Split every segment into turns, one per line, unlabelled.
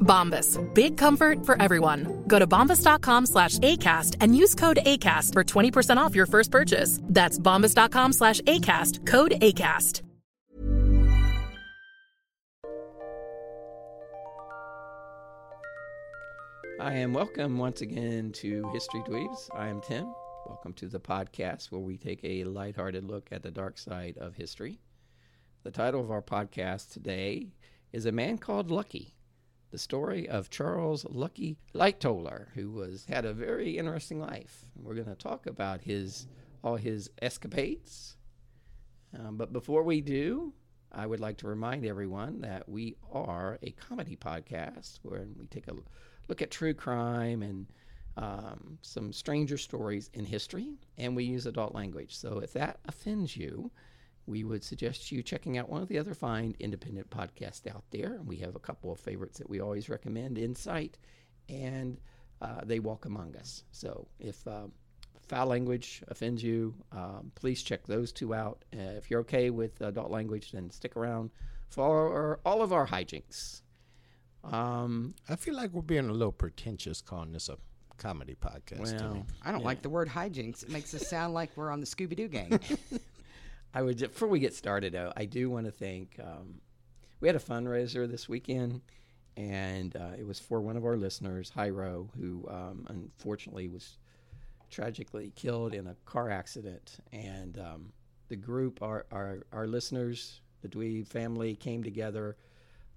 Bombas. Big comfort for everyone. Go to bombas.com slash ACAST and use code ACAST for 20% off your first purchase. That's bombas.com slash ACAST. Code ACAST.
I am welcome once again to History Dweebs. I am Tim. Welcome to the podcast where we take a lighthearted look at the dark side of history. The title of our podcast today is A Man Called Lucky the story of Charles Lucky Lightoller, who was had a very interesting life. We're going to talk about his all his escapades. Um, but before we do, I would like to remind everyone that we are a comedy podcast where we take a look at true crime and um, some stranger stories in history, and we use adult language. So if that offends you, we would suggest you checking out one of the other fine independent podcasts out there. We have a couple of favorites that we always recommend Insight and uh, They Walk Among Us. So if um, foul language offends you, um, please check those two out. Uh, if you're okay with adult language, then stick around for our, all of our hijinks. Um,
I feel like we're being a little pretentious calling this a comedy podcast.
Well,
mean.
I don't
Yeah.
like the word hijinks. It makes us sound like we're on the Scooby Doo gang.
I would ju- before we get started though, I do want to thank. Um, we had a fundraiser this weekend, and uh, it was for one of our listeners, Hyro, who um, unfortunately was tragically killed in a car accident. And um, the group, our, our our listeners, the Dweeb family, came together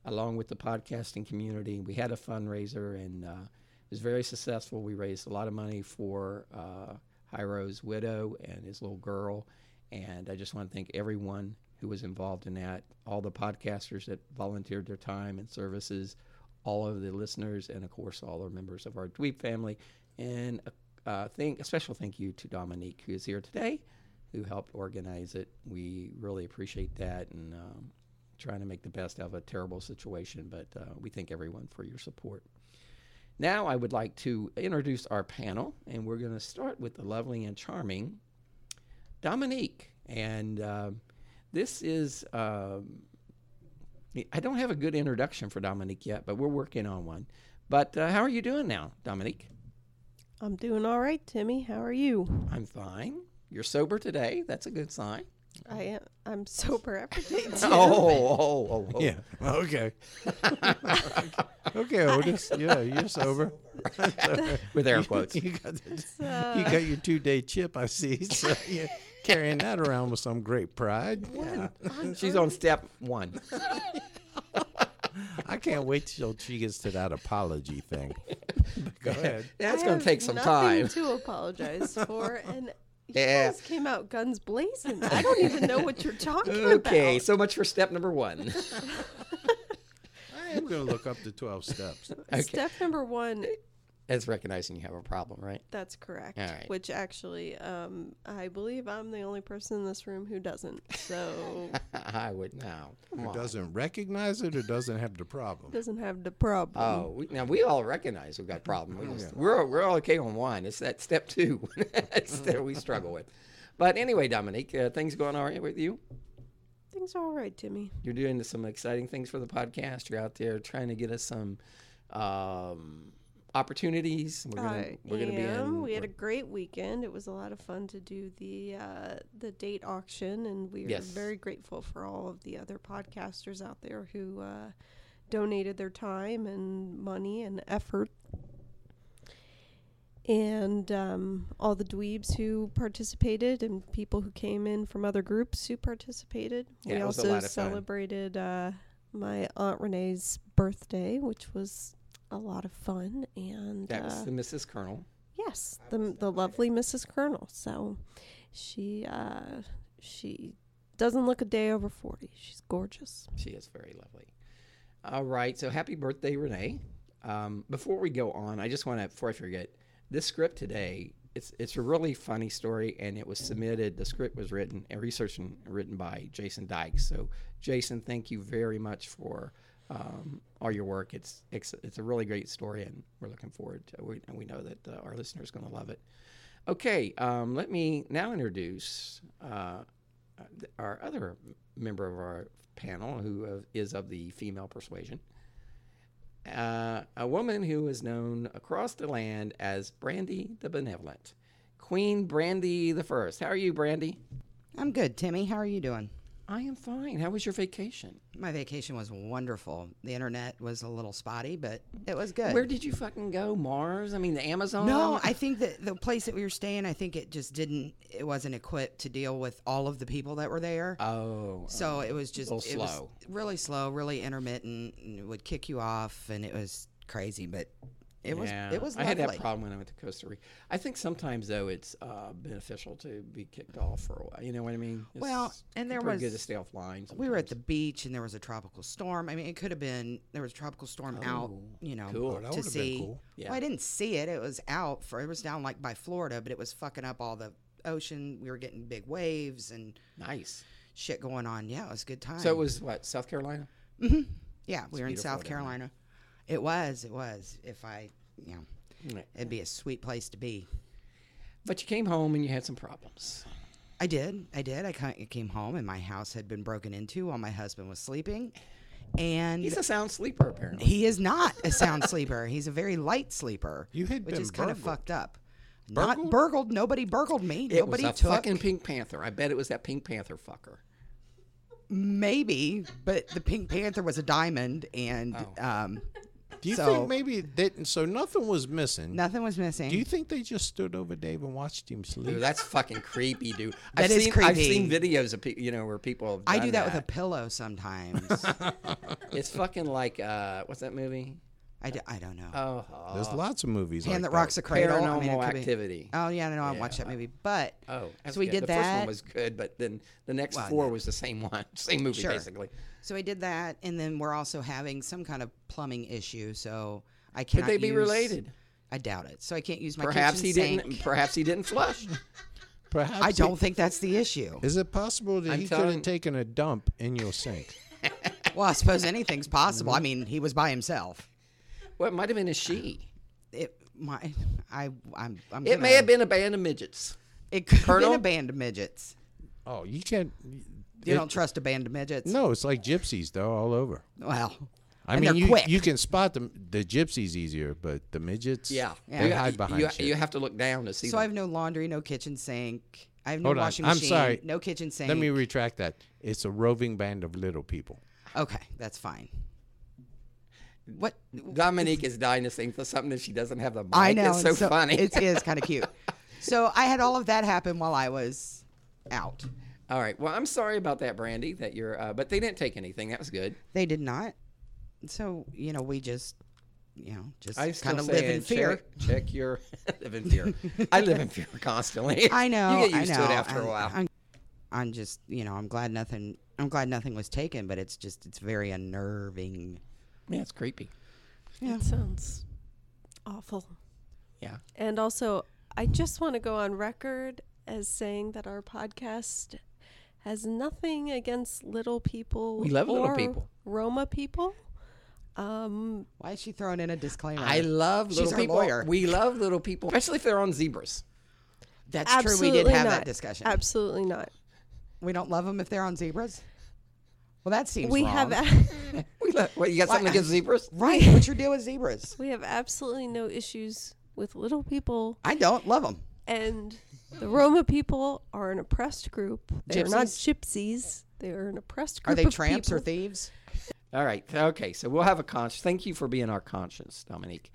along with the podcasting community. We had a fundraiser and uh, it was very successful. We raised a lot of money for uh, Hiro's widow and his little girl. And I just want to thank everyone who was involved in that, all the podcasters that volunteered their time and services, all of the listeners, and of course, all our members of our Dweeb family. And a, uh, thank, a special thank you to Dominique, who is here today, who helped organize it. We really appreciate that. And um, trying to make the best out of a terrible situation, but uh, we thank everyone for your support. Now, I would like to introduce our panel, and we're going to start with the lovely and charming Dominique. And um this is, um, I don't have a good introduction for Dominique yet, but we're working on one. But uh, how are you doing now, Dominique?
I'm doing all right, Timmy. How are you?
I'm fine. You're sober today. That's a good sign.
I am. I'm sober every day. Too.
Oh, oh, oh, oh.
Yeah. Okay. okay, Otis. Yeah, you're sober.
With air quotes.
You got, the- you got your two day chip, I see. So you're carrying that around with some great pride. Yeah.
She's on step one.
I can't wait till she gets to that apology thing. But Go ahead.
That's
I
going
have
to take some
nothing
time.
to apologize for, and you
Yeah.
guys came out guns blazing. I don't even know what you're talking
Okay,
about.
so much for step number one.
I am going to look up the 12 steps.
okay.
Step number one.
It's recognizing you have a problem, right?
That's correct.
All right.
Which actually, um, I believe I'm the only person in this room who doesn't. So
I would now. Come
Who
on.
doesn't recognize it or doesn't have the problem?
doesn't have the problem.
Oh, we, now we all recognize we've got a problem.
Oh,
We just, we're, we're all okay on one. It's that step two It's that we struggle with. But anyway, Dominique, uh, things going all right with you?
Things are all right, Timmy.
You're doing some exciting things for the podcast. You're out there trying to get us some um, opportunities. We're gonna,
I
we're gonna be in.
am. We had a
we're-
great weekend. It was a lot of fun to do the uh, the date auction, and we are
Yes.
very grateful for all of the other podcasters out there who uh, donated their time and money and effort. and um, all the dweebs who participated and people who came in from other groups who participated.
Yeah,
we
it was a
also
lot of fun.
celebrated uh, my aunt Renee's birthday, which was a lot of fun. And
That was
uh,
the Mrs. Colonel.
yes, the the lovely Mrs. Colonel. So she uh, she doesn't look a day over forty. She's gorgeous.
She is very lovely. All right. So happy birthday, Renee. Um, before we go on, I just want to, before I forget, this script today, it's, it's a really funny story and it was submitted. The script was written and researched and written by Jason Dykes. So, Jason, thank you very much for um, all your work. It's, it's, it's a really great story and we're looking forward to We, and we know that uh, our listeners going to love it. Okay. Um, let me now introduce uh, uh, th- our other m- member of our panel, who uh, is of the female persuasion, uh, a woman who is known across the land as Brandy the Benevolent, Queen Brandy the First. How are you, Brandy?
I'm good, Timmy. How are you doing?
I am fine. How was your vacation?
My vacation was wonderful. The internet was a little spotty, but it was good.
Where did you fucking go? Mars? I mean, the Amazon?
No, I think that the place that we were staying, I think it just didn't, it wasn't equipped to deal with all of the people that were there.
Oh,
so it was just
little
it was
slow.
really slow, really intermittent, and it would kick you off, and it was crazy. But it was
yeah.
it was
I
lovely.
had that problem when I went to Costa Rica. I think sometimes though it's uh, beneficial to be kicked off for a while. You know what I mean? It's,
Well, and there
people are
was-
good to stay offline.
We were at the
sometimes.
beach, and there was a tropical storm. I mean, it could have been there was a tropical storm out.
Oh,
You know,
cool.
That
to
would've been
see.
cool.
Well,
Yeah.
I didn't see it. It was out for it was down like by Florida, but it was fucking up all the ocean. We were getting big waves and
nice.
shit going on. Yeah, it was a good time.
So it was what South Carolina.
hmm Yeah, we were in
beautiful
South
down there.
Carolina. It was. It was. If I, you know,
Right.
it'd be a sweet place to be.
But you came home and you had some problems.
I did. I did. I ca- came home and my house had been broken into while my husband was sleeping. And
He's a sound sleeper, apparently.
he is not a sound sleeper. He's a very light sleeper,
You had
which
been
is kind of
burgled.
fucked up.
Burgled?
Not burgled. Nobody burgled me.
It was
nobody
a
took.
fucking Pink Panther. I bet it was that Pink Panther fucker.
Maybe, but the Pink Panther was a diamond, and
Oh.
um,
Do you
So-
think maybe it didn't? So nothing was missing.
nothing was missing.
Do you think they just stood over Dave and watched him
Dude,
sleep?
that's fucking creepy, dude. I've
That is
seen, I've seen
creepy.
videos of people, you know, where people. Have
I do
done
that, with a pillow sometimes.
a. It's fucking like uh, what's that movie?
I, do, I don't know.
Oh,
There's lots of movies.
Hand
like
that rocks a cradle. I mean, it
Paranormal
could be-
Activity.
Oh yeah, no, no, I watched that movie, but
oh, that's
so we
good.
did
the
that.
first one was good, but then the next
Well,
four
no.
was the same one, same movie
Sure.
basically.
So we did that, and then we're also having some kind of plumbing issue. So I
Could
can't.
they be related?
I doubt it. So I can't use my.
Perhaps he
kitchen sink.
didn't. Perhaps he didn't flush.
Perhaps
I
he-
don't think that's the issue.
Is it possible that
I'm
he could
telling-
have taken a dump in your sink?
Well, I suppose anything's possible.
Mm-hmm.
I mean, he was by himself.
well, it might have been a she.
It my I I'm, I'm
It may
gonna-
have been a band of midgets.
it could
Colonel?
have been a band of midgets.
Oh, you can't.
You
it-
don't trust a band of midgets?
No, it's like gypsies. They're all over.
Well,
I
and
mean,
they're
you,
quick.
you can spot them. The gypsies easier, but the midgets,
Yeah.
they hide
you,
behind
you,
shit.
you have to look down to see.
so I
them.
have no laundry, no kitchen sink. I have no
Hold on.
washing
I'm
machine.
sorry.
No kitchen sink.
Let me retract that. It's a roving band of little people.
okay, that's fine. What?
Dominique is dying to sing for something if she doesn't have the mic.
I know.
It's so, funny.
It is kind of cute. So I had all of that happen while I was out.
All right. Well, I'm sorry about that, Brandy. That you're. Uh, but they didn't take anything. That was good.
They did not. So you know, we just, you know, just
I
kind
still
of live
say,
in
check-
fear.
Check your live in fear. I live in fear constantly.
I know.
You get used
I know.
to it after
I'm,
a while.
I'm, I'm just, you know, I'm glad nothing. I'm glad nothing was taken, but it's just, it's very unnerving.
yeah, it's creepy.
It sounds awful.
Yeah.
And also, I just want to go on record as saying that our podcast has nothing against little people.
We love little
or
people.
Roma people. Um,
Why is she throwing in a disclaimer?
I love
She's
little
our
people.
lawyer.
We love little people, especially if they're on zebras.
That's true.
absolutely
We did have
not.
that discussion.
Absolutely not.
we don't love them if they're on zebras. Well, that seems
we
wrong.
have a-
We love. Well, you got something against zebras?
right. What's your deal with zebras?
we have absolutely no issues with little people,
I don't love them.
and the Roma people are an oppressed group. They are not gypsies. They are an oppressed
Are
group.
they
of
tramps or
people.
thieves?
All right. Okay. So we'll have a conscience. Thank you for being our conscience, Dominique.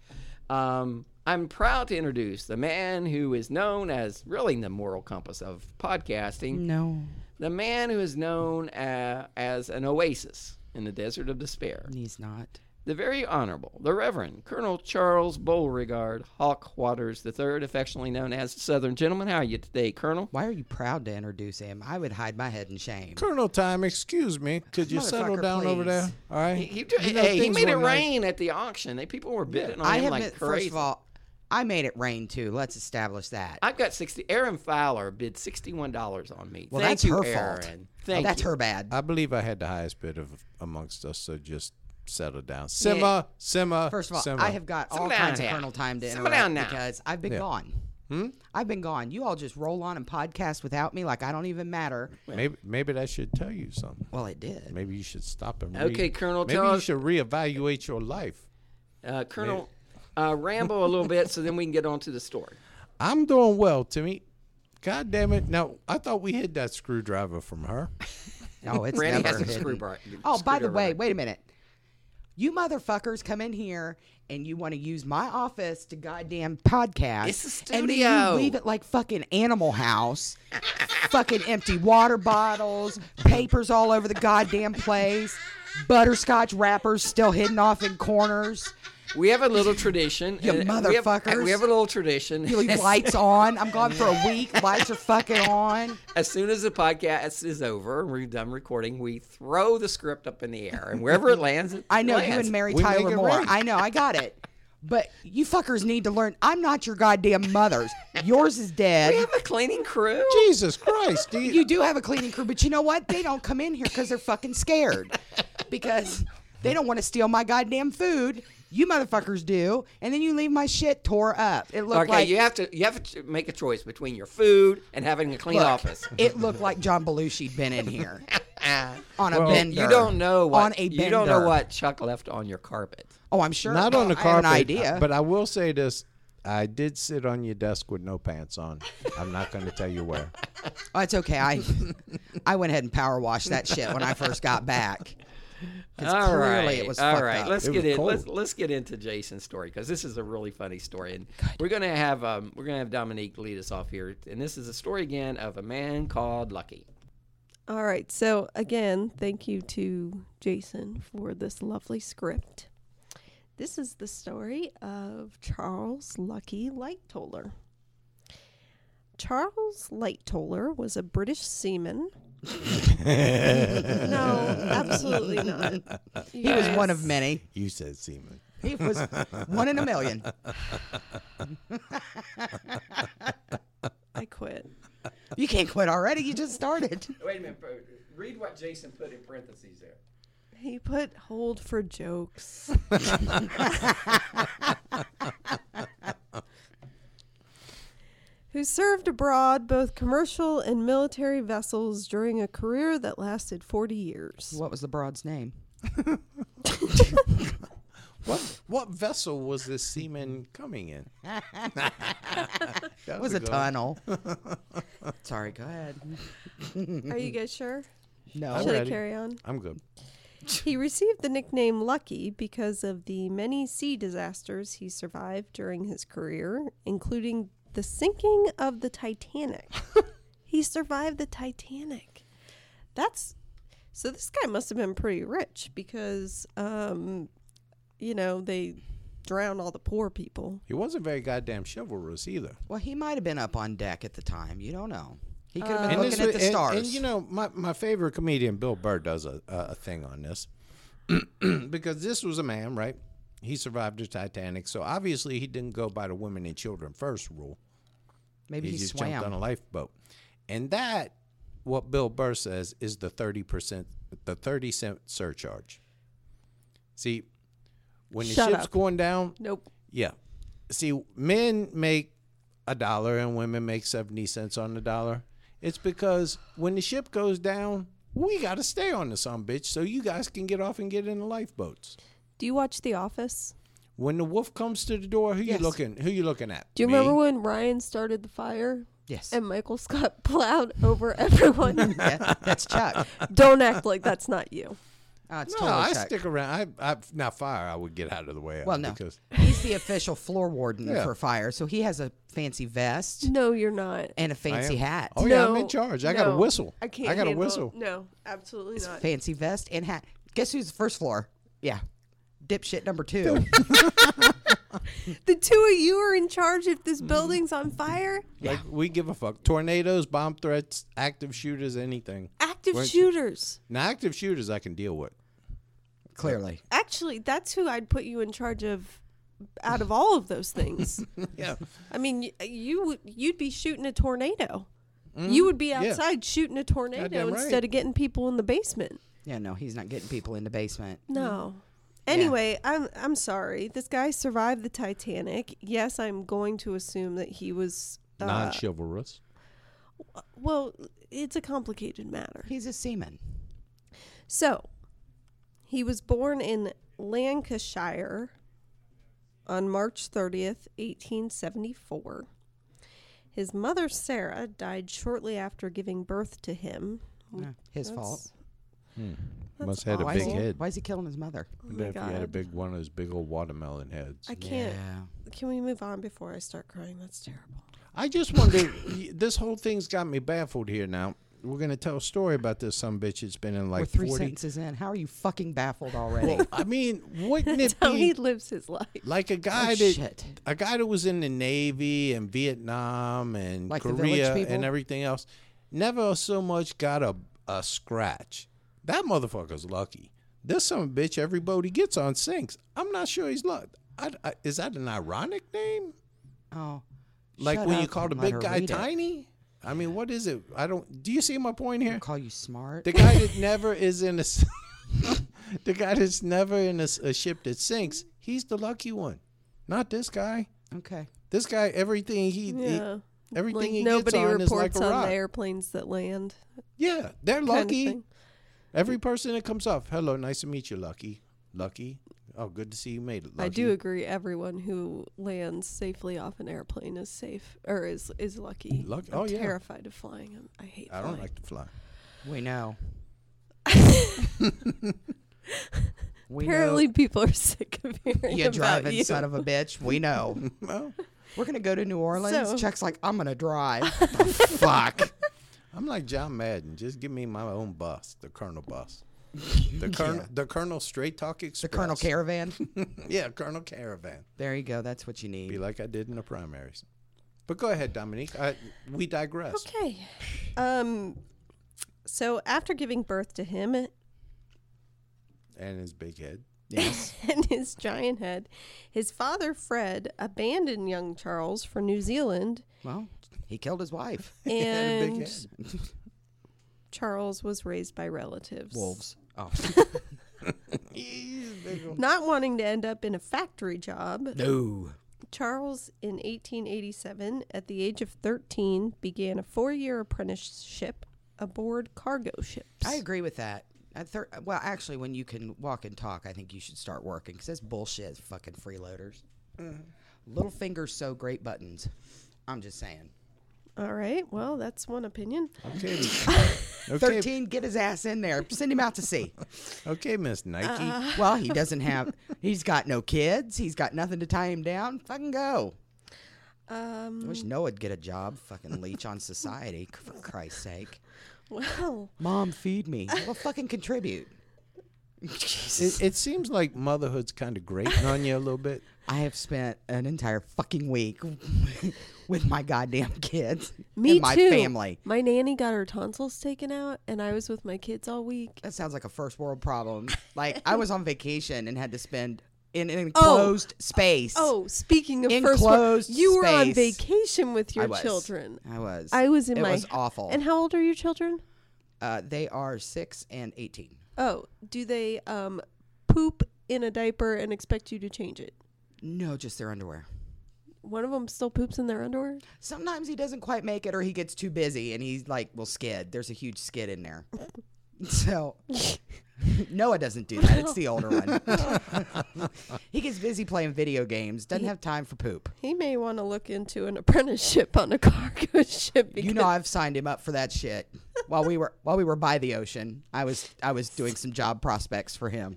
Um, I'm proud to introduce the man who is known as really the moral compass of podcasting,
No.
the man who is known uh, as an oasis in the desert of despair,
He's not.
the very honorable, the Reverend Colonel Charles Beauregard Hawk Waters III, affectionately known as Southern Gentleman. How are you today, Colonel?
Why are you proud to introduce him? I would hide my head in shame.
Colonel Time, excuse me. Could you settle
Motherfucker,
down over there?
please.
All right.
He, he, ju-
You know,
hey, he
things
made it
were nice.
rain at the auction. They, people were bidding on
I
him
have
like
met-
crazy.
first of all, I made it rain too. Let's establish that.
I've got sixty. Aaron Fowler bid sixty-one dollars on me.
well,
Thank
that's
you,
her
Aaron.
fault.
Thank
that's
you. Uh,
her bad.
I believe I had the highest bid of amongst us, so just settle down. Simma, simma.
First of all,
simma.
I have got all
Simmer down
kinds of
now.
kernel time to
Simmer down
interrupt
now.
because I've been
Yeah.
gone. Hmm? I've been gone. You all just roll on and podcast without me like I don't even matter.
Maybe, maybe that should tell you something.
Well, it did.
Maybe you should stop and.
Okay,
re-
Colonel,
Maybe
tell
you
us-
should reevaluate your life.
Uh, Colonel, uh, ramble a little bit so then we can get on to the story.
I'm doing well, Timmy. God damn it! Now I thought we hid that screwdriver from her.
No, Oh, it's
Randy
never
has a
hidden.
screwdriver.
Oh, by the way, wait a minute. You motherfuckers come in here and you want to use my office to goddamn podcast.
It's a
And then
studio.
you leave it like fucking Animal House. fucking empty water bottles, papers all over the goddamn place, butterscotch wrappers still hidden off in corners.
we have a little tradition.
You
and we have- We have,
motherfuckers.
a little tradition.
You leave lights on. I'm gone for a week. Lights are fucking on.
As soon as the podcast is over and we're done recording, we throw the script up in the air and wherever it lands, it
I know you
lands.
and Mary
We make
Tyler
it
Moore.
rain.
I know, I got it. But you fuckers need to learn. I'm not your goddamn mothers. Yours is
We
dead.
have a cleaning crew.
Jesus Christ! do you-
You do have a cleaning crew, but you know what? They don't come in here because they're fucking scared. Because they don't want to steal my goddamn food. You motherfuckers do. And then you leave my shit tore up. It looked
Okay,
like
you have to you have to make a choice between your food and having a clean
look,
office.
It looked like John Belushi'd been in here. on a
Well,
bender.
You don't know what
on a bender.
you don't know what Chuck left on your carpet.
Oh, I'm sure.
Not on the
I
carpet.
Have an idea.
But I will say this: I did sit on your desk with no pants on. I'm not going to tell you where.
Oh, it's okay. I I went ahead and power washed that shit when I first got back. 'Cause
All
clearly
right,
it was
all
fucked
right.
up.
Let's
It
get
was
in. Let's,
cold.
let's get into Jason's story because this is a really funny story, and we're gonna have um, we're gonna have Dominique lead us off here, and this is a story again of a man called Lucky.
All right. So, again, thank you to Jason for this lovely script. This is the story of Charles Lucky Lightoller. Charles Lightoller was a British seaman. no, absolutely not.
he was one of many.
You said semen.
He was one in a million.
I quit.
You can't quit already. You just started.
Wait a minute. Read what Jason put in parentheses there.
He put hold for jokes. Who served abroad both commercial and military vessels during a career that lasted 40 years.
What was the broad's name?
What what vessel was this seaman coming in?
It was a tunnel. Sorry. Go ahead.
Are you guys sure?
No.
I'm
Should I
ready.
carry on?
I'm good.
He received the nickname Lucky because of the many sea disasters he survived during his career, including the sinking of the Titanic. he survived the Titanic. That's so this guy must have been pretty rich because um you know, they drown all the poor people.
He wasn't very goddamn chivalrous either.
Well, he might have been up on deck at the time. You don't know. He could have been
And
Uh, looking
Uh, this
at
was-
the
and-
stars.
And, you know, my, my favorite comedian, Bill Burr, does a, a a thing on this because this was a man, right? He survived the Titanic, so obviously he didn't go by the women and children first rule.
maybe he,
he just jumped on a
swam.
lifeboat, and that what Bill Burr says is the thirty percent, the thirty cent surcharge. See, when the
Shut
ship's
up.
going down,
Nope.
yeah. See, men make a dollar and women make 70 cents on the dollar. It's because when the ship goes down, we got to stay on the some bitch so you guys can get off and get in the lifeboats.
Do you watch The Office?
When the wolf comes to the door, who
Yes.
you looking? Who you looking at?
Do you
Me?
remember when Ryan started the fire
Yes.
and Michael Scott plowed over everyone?
Yeah, that's Chuck.
Don't act like that's not you.
Uh, it's
No,
totally
I
Chuck.
stick around. I, I now fire. I would get out of the way. of
Well, no.
because
he's the official floor warden
Yeah.
for fire, so he has a fancy vest
No, you're not.
and a
I am-
fancy hat.
Oh yeah, I'm
No,
in charge. I got a
no.
whistle.
I can't.
got a
handle it.
whistle.
No, absolutely
It's
not.
fancy vest and hat. Guess who's the first floor? Yeah, dipshit number two.
The two of you are in charge if
Mm.
this building's on fire.
Like we give a fuck. Tornadoes, bomb threats, active shooters, anything.
Active
Weren't you-
shooters.
Now active shooters I can deal with.
Clearly,
Actually, that's who I'd put you in charge of out of all of those things.
Yeah.
I mean, y- you would- you'd be shooting a tornado. You would be
Mm-hmm. yeah.
outside shooting a tornado
Goddamn right.
instead of getting people in the basement.
yeah, no, he's not getting people in the basement.
Mm-hmm.
No. Anyway, I'm I'm sorry. This guy survived the Titanic. Yes, I'm going to assume that he was uh,
Non chivalrous.
Well, it's a complicated matter.
He's a seaman.
So, he was born in Lancashire on March 30th, 1874. His mother, Sarah, died shortly after giving birth to him.
Yeah, his fault.
That's-
Must had a
Why
big
is, he,
head.
why is he killing his mother?
Oh my
if he had a
God.
big one of those big old watermelon heads.
I can't.
Yeah.
Can we move on before I start crying? That's terrible.
I just wonder. y- this whole thing's got me baffled here. Now we're gonna tell a story about this. Some bitch that's been in
We're
like
three
forty.
sentences in. How are you fucking baffled already?
Well, I mean, wouldn't it
Tony
be
lives his life.
like a guy
Oh,
that
shit.
a guy that was in the Navy and Vietnam and
Like the Village
Korea
People?
and everything else never so much got a a scratch. That motherfucker's lucky. This son of a bitch every boat he gets on sinks. I'm not sure he's lucky. I, I, is that an ironic name?
oh,
Like
shut
when you
up
call the
and let
big
her
guy
read it.
tiny? I mean, what is it? I don't. Do you see my point here?
Call you smart.
The guy that never is in a s- the guy that's never in a, s- a ship that sinks, he's the lucky one. Not this guy.
okay.
This guy, everything he, he-
Yeah.
everything
Like,
he gets
nobody
on is like
reports
a
on
rock.
the airplanes that land.
Yeah, they're
kind of
lucky.
thing.
Every person that comes up, hello, nice to meet you, Lucky. Lucky. Oh, good to see you made it. Lucky.
I do agree. Everyone who lands safely off an airplane is safe or is is lucky.
Luck-
I'm
oh, yeah.
terrified of flying. I'm, I hate.
I
flying.
don't like to fly.
We know. we
Apparently, people are sick of hearing
you
about
driving
you.
son of a bitch. We know.
Well,
We're gonna go to New Orleans.
So-
Chuck's like, I'm gonna drive. Fuck.
I'm like John Madden. Just give me my own bus, the Colonel bus. The Colonel, the Colonel Straight Talk
The
Express.
Colonel Caravan.
Yeah, Colonel Caravan.
There you go. That's what you
Be
need.
like I did in the primaries. But go ahead, Dominique. I, we digress.
Okay. Um. So after giving birth to him
And his big head.
Yes.
and his giant head, his father Fred abandoned young Charles for New Zealand,
Well, he killed his wife.
And a big
and Charles was raised by relatives.
Wolves. Oh.
Not wanting to end up in a factory job,
no.
Charles, in 1887, at the age of 13, began a four year apprenticeship aboard cargo ships.
I agree with that. I thir- well, actually, when you can walk and talk, I think you should start working because that's bullshit, fucking freeloaders.
Mm.
Little fingers sew great buttons. I'm just saying.
All right. Well, that's one opinion.
Okay. okay.
13, get his ass in there. Send him out to sea.
Okay, Miss Nike.
Uh-huh.
well, he doesn't have, he's got no kids. He's got nothing to tie him down. Fucking go.
Um,
I wish Noah'd get a job, fucking leech on society, c- for Christ's sake.
well,
Mom, feed me. Well, fucking contribute. Jesus.
It, it seems like motherhood's kind of grating on you a little bit.
I have spent an entire fucking week with my goddamn kids
me
and my
too.
family.
My nanny got her tonsils taken out, and I was with my kids all week.
That sounds like a first world problem. Like I was on vacation and had to spend in an
Oh.
enclosed space.
Oh, speaking of first world,
Enclosed
you were on
space.
vacation with your
I was. Oh.
children.
I was.
I was in
it
my.
was awful.
And how old are your children?
uh, they are six and eighteen.
Oh, do they um, poop in a diaper and expect you to change it?
No, just their underwear.
One of them still poops in their underwear.
Sometimes he doesn't quite make it, or he gets too busy, and he's like, "Well, skid. There's a huge skid in there." So Noah doesn't do that. It's the older one. he gets busy playing video games. Doesn't have time for poop.
He may want to look into an apprenticeship on a cargo ship. Because,
You know, I've signed him up for that shit. While we were while we were by the ocean, I was I was doing some job prospects for him.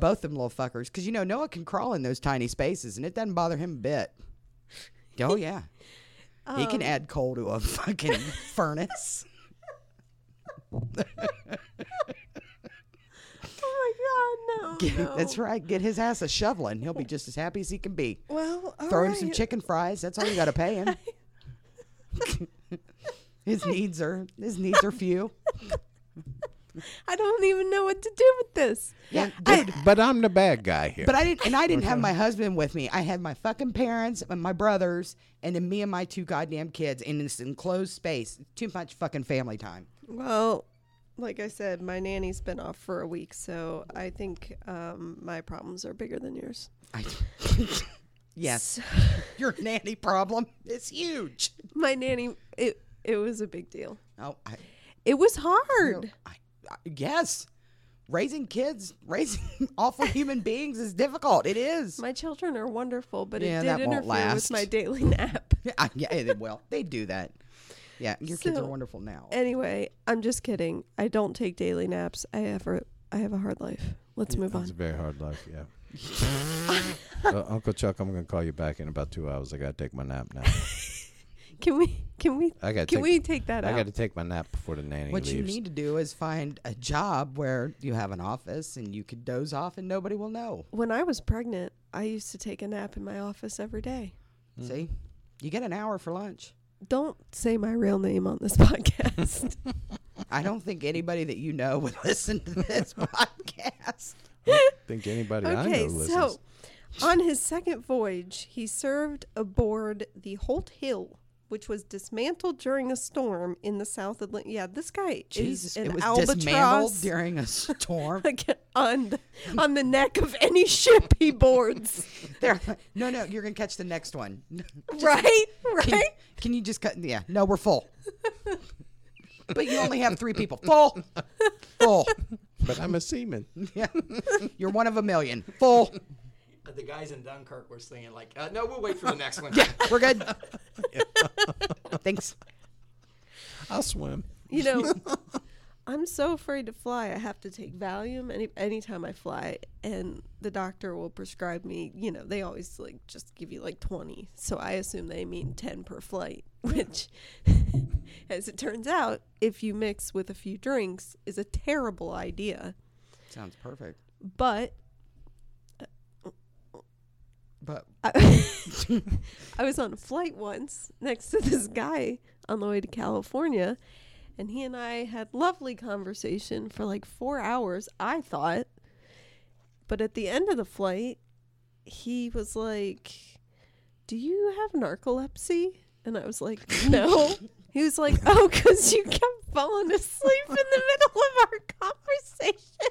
Both them little fuckers. Because, you know, Noah can crawl in those tiny spaces and it doesn't bother him a bit. Oh, yeah. he
Um.
can add coal to a fucking furnace.
Oh my god, no.
Get-
no.
That's right. Get his ass a shovel and he'll be just as happy as he can be.
Well, all
Throw him some
right.
chicken fries. That's all you got to pay him. his needs are his needs are few.
I don't even know what to do with this.
Yeah,
But, but I'm the bad guy here.
But I didn't, and I didn't have my husband with me. I had my fucking parents and my brothers, and then me and my two goddamn kids in this enclosed space. Too much fucking family time.
Well, like I said, my nanny's been off for a week, so I think um, my problems are bigger than yours.
I, yes, your nanny problem is huge.
My nanny, it it was a big deal.
Oh, I,
It was hard.
I, I, yes, raising kids, raising awful human beings is difficult. It is.
My children are wonderful, but
Yeah,
it
that
did
won't
interfere
last.
with my daily nap.
I, yeah, they- well, they do that. Yeah, your kids are
So,
wonderful now.
Anyway, I'm just kidding. I don't take daily naps. I have a, I have a hard life. Let's move
It's
on.
a very hard life, yeah. Uh, Uncle Chuck, I'm gonna call you back in about two hours. I gotta take my nap now.
Can we can we
I gotta
can
take-
we take that
I
out?
gotta take my nap before the nanny
What
leaves.
you need to do is find a job where you have an office and you could doze off and nobody will know.
When I was pregnant, I used to take a nap in my office every day.
See, you get an hour for lunch.
Don't say my real name on this podcast.
I don't think anybody that you know would listen to this podcast.
Think anybody I know
okay,
listens?
so on his second voyage, he served aboard the Holt Hill, which was dismantled during a storm in the South Atlantic. Yeah, this guy
Jesus,
is an
it was dismantled
albatross
during a storm.
like, on the, on the neck of any ship he boards.
there, no, no, you're gonna catch the next one.
right,
Can,
right.
can you just cut? Yeah, no, we're full. but you only have three people. Full, full.
But I'm a seaman.
Yeah, you're one of a million. Full.
The guys in Dunkirk were saying like, uh, "No, we'll wait for the next one."
We're good. Thanks.
I'll swim.
You know, I'm so afraid to fly. I have to take Valium any anytime I fly, and the doctor will prescribe me. You know, they always like just give you like 20, so I assume they mean 10 per flight. Which, as it turns out, if you mix with a few drinks, is a terrible idea.
Sounds perfect.
But
But
I, I was on a flight once next to this guy on the way to California, and he and I had lovely conversation for like four hours. I thought, but at the end of the flight, he was like, "Do you have narcolepsy?" And I was like, "No." he was like, "Oh, because you kept falling asleep in the middle of our conversation."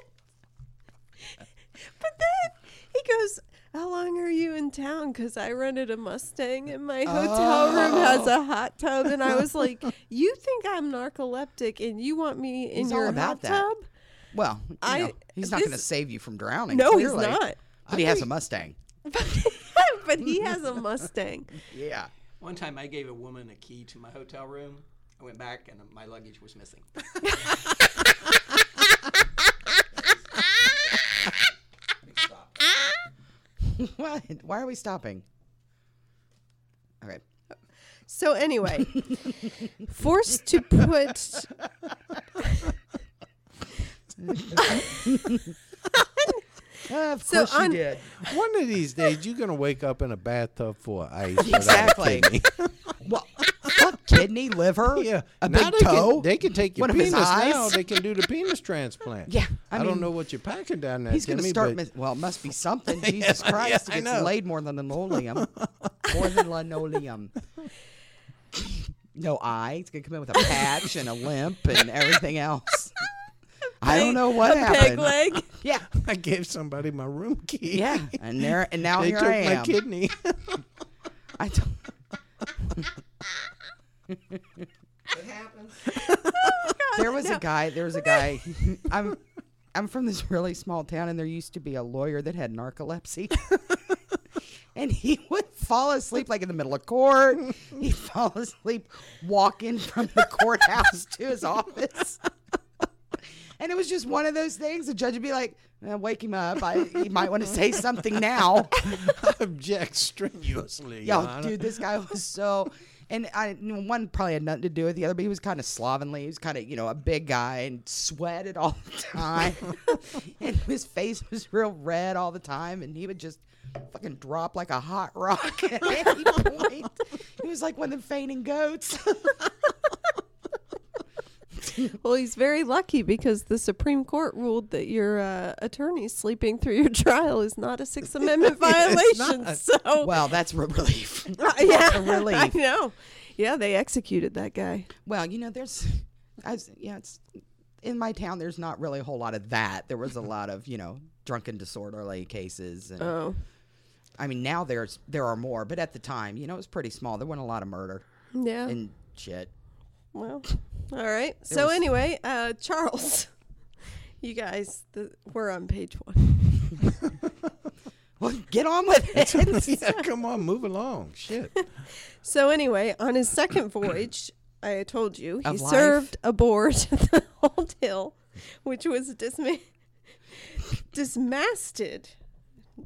But then he goes, "How long are you in town? Because I rented a Mustang and my hotel room has
Oh.
a hot tub." And I was like, "You think I'm narcoleptic and you want me in
He's all
your
about
hot
that.
tub?"
well, you
I-
know, he's not going to
this-
save you from drowning.
No, he's
clearly.
not.
But he has a Mustang.
but he has a Mustang.
Yeah.
One time, I gave a woman a key to my hotel room. I went back and my luggage was missing.
What? Why are we stopping? Okay.
So anyway, forced to put
Of
So
course you
on-
did.
One of these days, you're gonna wake up in a bathtub full of ice. without a
Exactly.
kidney.
Well, what kidney, liver,
yeah,
a
Now
big
they
toe.
Can, they can take your
one of his
penis
eyes.
now. They can do the penis transplant.
Yeah, I
I, don't
mean,
know what you're packing down there.
He's going to
Timmy,
start.
but-
Mis- well, it must be something. Jesus Christ,
I
he gets
know.
laid more than linoleum. more than linoleum. No eye. He's going to come in with a patch and a limp and everything else. I don't know what
a peg
happened.
leg.
Yeah,
I gave somebody my room key.
yeah. And there, and now
they
here
took
I am.
my kidney.
I don't. there was a guy. There was a guy. I'm. I'm from this really small town, and there used to be a lawyer that had narcolepsy. and he would fall asleep, like in the middle of court. He'd fall asleep walking from the courthouse to his office. And it was just one of those things. The judge would be like, "Eh, "Wake him up. I, you might want to say something now."
Object strenuously. Your
Yeah,
Honor.
dude, this guy was so. And I, you know, one probably had nothing to do with the other, but he was kind of slovenly. He was kind of, you know, a big guy and sweated all the time. and his face was real red all the time. And he would just fucking drop like a hot rock at any point. He was like one of the fainting goats.
Well, he's very lucky because the Supreme Court ruled that your uh, attorney sleeping through your trial is not a Sixth Amendment violation.
not.
So,
well, that's re- relief.
yeah,
a relief.
I know. Yeah, they executed that guy.
Well, you know, there's, I was, yeah, it's in my town. There's not really a whole lot of that. There was a lot of you know drunken disorderly cases, and
Oh,
I mean now there's there are more, but at the time, you know, it was pretty small. There wasn't a lot of murder
yeah.
and shit.
Well, all right. So anyway, uh, Charles, you guys, the, we're on page one.
Well, get on with it.
yeah, come on, move along. Shit.
So anyway, on his second voyage, I told you he
Of life?
served aboard the Old Hill, which was disma- dismasted.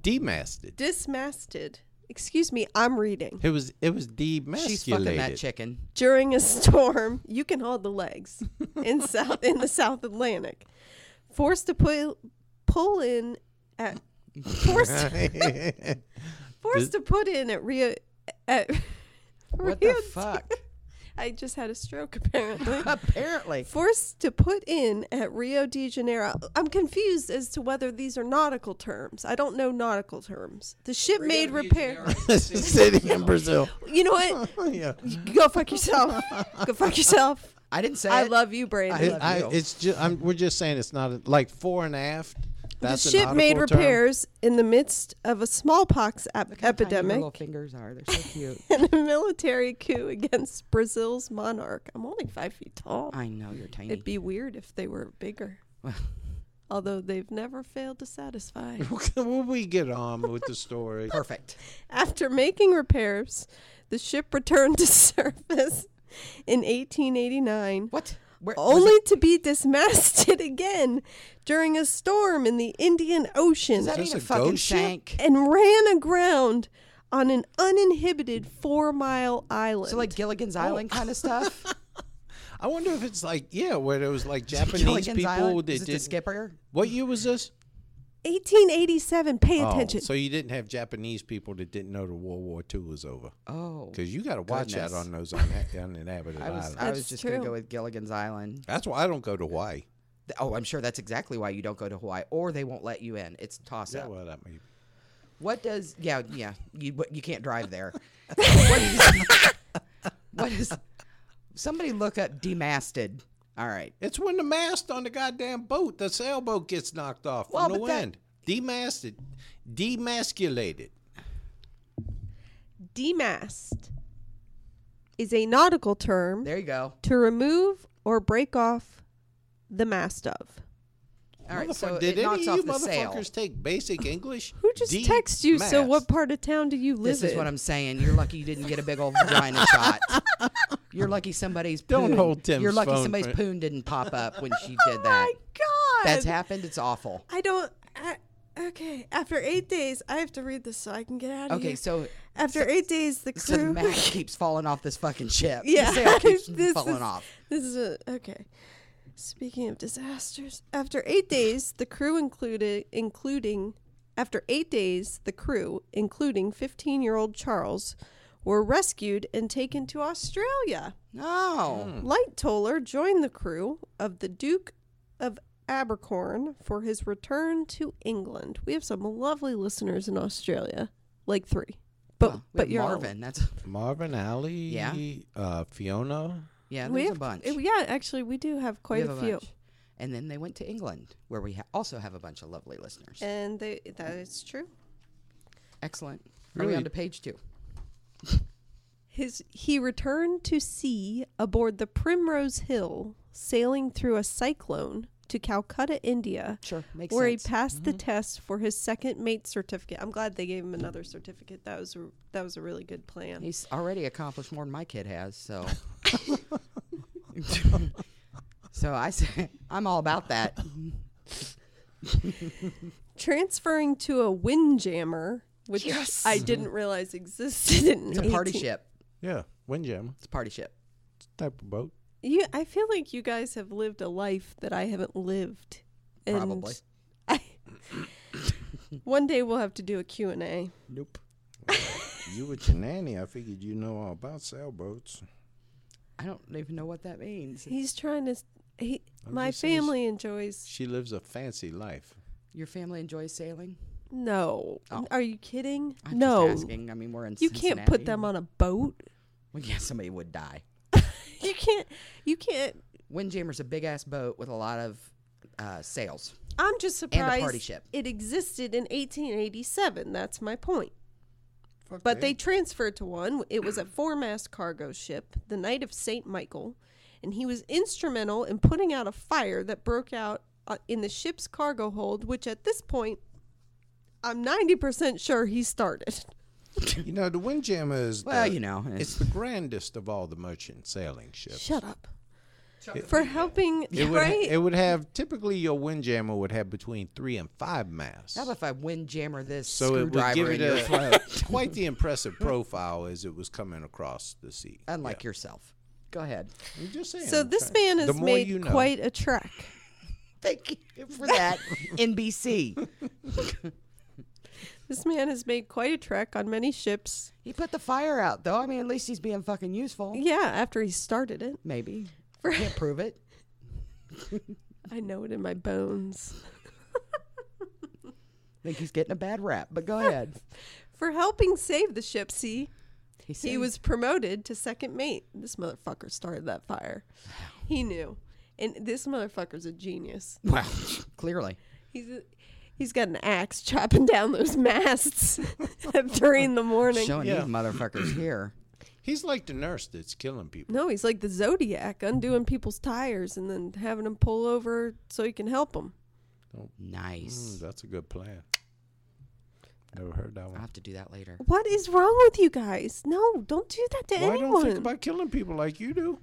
Demasted.
Dismasted. Excuse me, I'm reading.
It was it was demasculated.
She's fucking that chicken.
during a storm, you can hold the legs in south in the South Atlantic. Forced to pull pull in at forced forced to put in at Rio at
What
Rio
the fuck?
I just had a stroke apparently.
Apparently,
Forced to put in at Rio de Janeiro. I'm confused as to whether these are nautical terms. I don't know nautical terms. The ship made repair.
city in Brazil.
You know what?
Yeah.
Go fuck yourself. Go fuck yourself.
I didn't say
I
it.
love you, Brady.
It- I, it's just I'm, we're just saying it's not a, like fore and aft. That's
the
a
ship made
nautical term.
repairs in the midst of a smallpox ep-
Look how tiny your
epidemic
Little fingers are. They're so cute.
and a military coup against Brazil's monarch. I'm only five feet tall.
I know you're tiny.
It'd be weird if they were bigger. Although they've never failed to satisfy.
Will we get on with the story?
Perfect.
After making repairs, the ship returned to surface in 1889.
What? Where, was
Only
it-
to be dismasted again during a storm in the Indian Ocean.
Does that
Is this
mean it
a
fucking
ghost ship?
sank?
and ran aground on an uninhibited four mile island.
So like Gilligan's
Oh.
Island kind of stuff.
I wonder if it's like yeah, where there was like Japanese
Gilligan's
people
Island.
that
Is it the
did
skipper?
What year was this?
1887. Pay
Oh,
attention.
so you didn't have Japanese people that didn't know the World War II was over.
Oh,
Because you got to watch
Goodness.
out on those unha- uninhabited
I was
islands.
I
That's
was just gonna
true.
go with Gilligan's Island.
That's why I don't go to Hawaii.
Th- Oh, I'm sure that's exactly why you don't go to Hawaii, or they won't let you in. It's toss
Yeah,
up.
well, that may be.
What does? Yeah, yeah. You but you can't drive there. what, is, what is? Somebody look up demasted. All right.
It's when the mast on the goddamn boat, the sailboat gets knocked off
Well,
from the
but that-
wind. Demasted. Demasculated.
Demast is a nautical term
There you go.
to remove or break off the mast of.
All right. So
Motherfucker, did
it
any
knocks
of you
off the sail.
motherfuckers take basic English?
Who just
De-
texted you? So,
mast.
what part of town do you live
This is
in?
what I'm saying. You're lucky you didn't get a big old vagina shot. You're lucky somebody's
Don't
poon-
hold Tim's
You're lucky
phone
somebody's
for-
poon didn't pop up when she
oh
did that.
my god!
That's happened. It's awful.
I don't. I, okay. After eight days, I have to read this so I can get out of here.
Okay, so
after eight days, the crew.
so the mast keeps falling off this fucking ship.
Yeah,
the sail keeps
this
falling
is-
off.
This is a, okay. Speaking of disasters, after eight days, the crew included, including, after eight days, the crew, including 15 year old Charles, were rescued and taken to Australia.
No.
Light Toller joined the crew of the Duke of Abercorn for his return to England. We have some lovely listeners in Australia, like three. But,
Well, we
but
have
you're
Marvin. That's
Marvin Alley.
Yeah.
Uh, Fiona.
yeah.
we
There's
have,
a bunch. We
Yeah, actually, we do have quite
have
a few.
bunch. And then they went to England, where we ha- also have a bunch of lovely listeners.
And they, that is true.
Excellent. Are we
Really-
on to page two?
His he returned to sea aboard the Primrose Hill, sailing through a cyclone to Calcutta, India,
Sure, makes
where
sense. Mm-hmm.
he passed the test for his second mate certificate. I'm glad they gave him another certificate. That was a, that was a really good plan.
He's already accomplished more than my kid has. So, So I said, I'm all about that.
Transferring to a windjammer, which I didn't realize existed in
Mm-hmm. It's a party
18
ship.
Yeah, windjammer
It's a party ship.
type of boat.
You, I feel like you guys have lived a life that I haven't lived. And
Probably.
I, one day we'll have to do a Q&A.
Nope.
You with your nanny, I figured you know all about sailboats.
I don't even know what that means.
He's trying to. s- He, my
just saying
family enjoys.
She lives a fancy life.
Your family enjoys sailing?
No,
Oh.
are you kidding?
I'm
no,
just asking. I mean, we're in
you can't put
Cincinnati.
them on a boat.
Well, yeah, somebody would die.
You can't. You can't.
Windjammer's a big ass boat with a lot of uh, sails.
I'm just
a
surprised
party ship.
it existed in 1887. That's my point. But they transferred to one. It was a four mast cargo ship, the Knight of St. Michael, and he was instrumental in putting out a fire that broke out uh, in the ship's cargo hold, which at this point, I'm 90% sure he started.
you know, the windjammer is.
Well,
the-
you know,
it's the grandest of all the merchant sailing ships.
Shut up. For helping,
It would, ha-
right?
it would have typically your windjammer would have between three and five masts.
How about if I windjammer this
so it would
screwdriver
give it
in your
a,
throat?
quite the impressive profile as it was coming across the sea.
Unlike yourself. Go ahead.
Yeah. I'm just saying.
so
I'm
this
trying-
man
The
has
more
made
you know.
quite a trek.
Thank you for that, NBC.
This man has made quite a trek on many ships.
He put the fire out, though. I mean, at least he's being fucking useful.
Yeah, after he started it.
Maybe.
For-
Can't prove it.
I know it in my bones.
think he's getting a bad rap, but go ahead.
For helping save the ship, see? He
saved-
was promoted to second mate. This motherfucker started that fire. He knew. And this motherfucker's a genius.
Well, clearly.
He's a, he's got an axe chopping down those masts at three in the morning.
Showing
Yeah.
these motherfuckers here.
He's like the nurse that's killing people.
No, he's like the Zodiac, undoing people's tires and then having them pull over so he can help them.
Mm,
Nice.
that's a good plan. Never heard that
I'll
one.
have to do that later.
What is wrong with you guys? No, don't do that to
Why
anyone.
don't think about killing people like you do?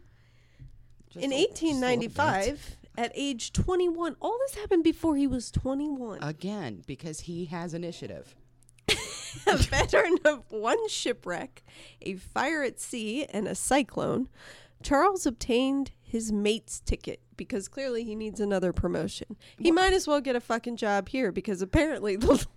Just
in
a- just a little bit.
1895, at age 21, all this happened before he was 21.
Again, because he has initiative.
a veteran of one shipwreck, a fire at sea, and a cyclone, Charles obtained his mate's ticket because clearly he needs another promotion. He might as well get a fucking job here because apparently the, the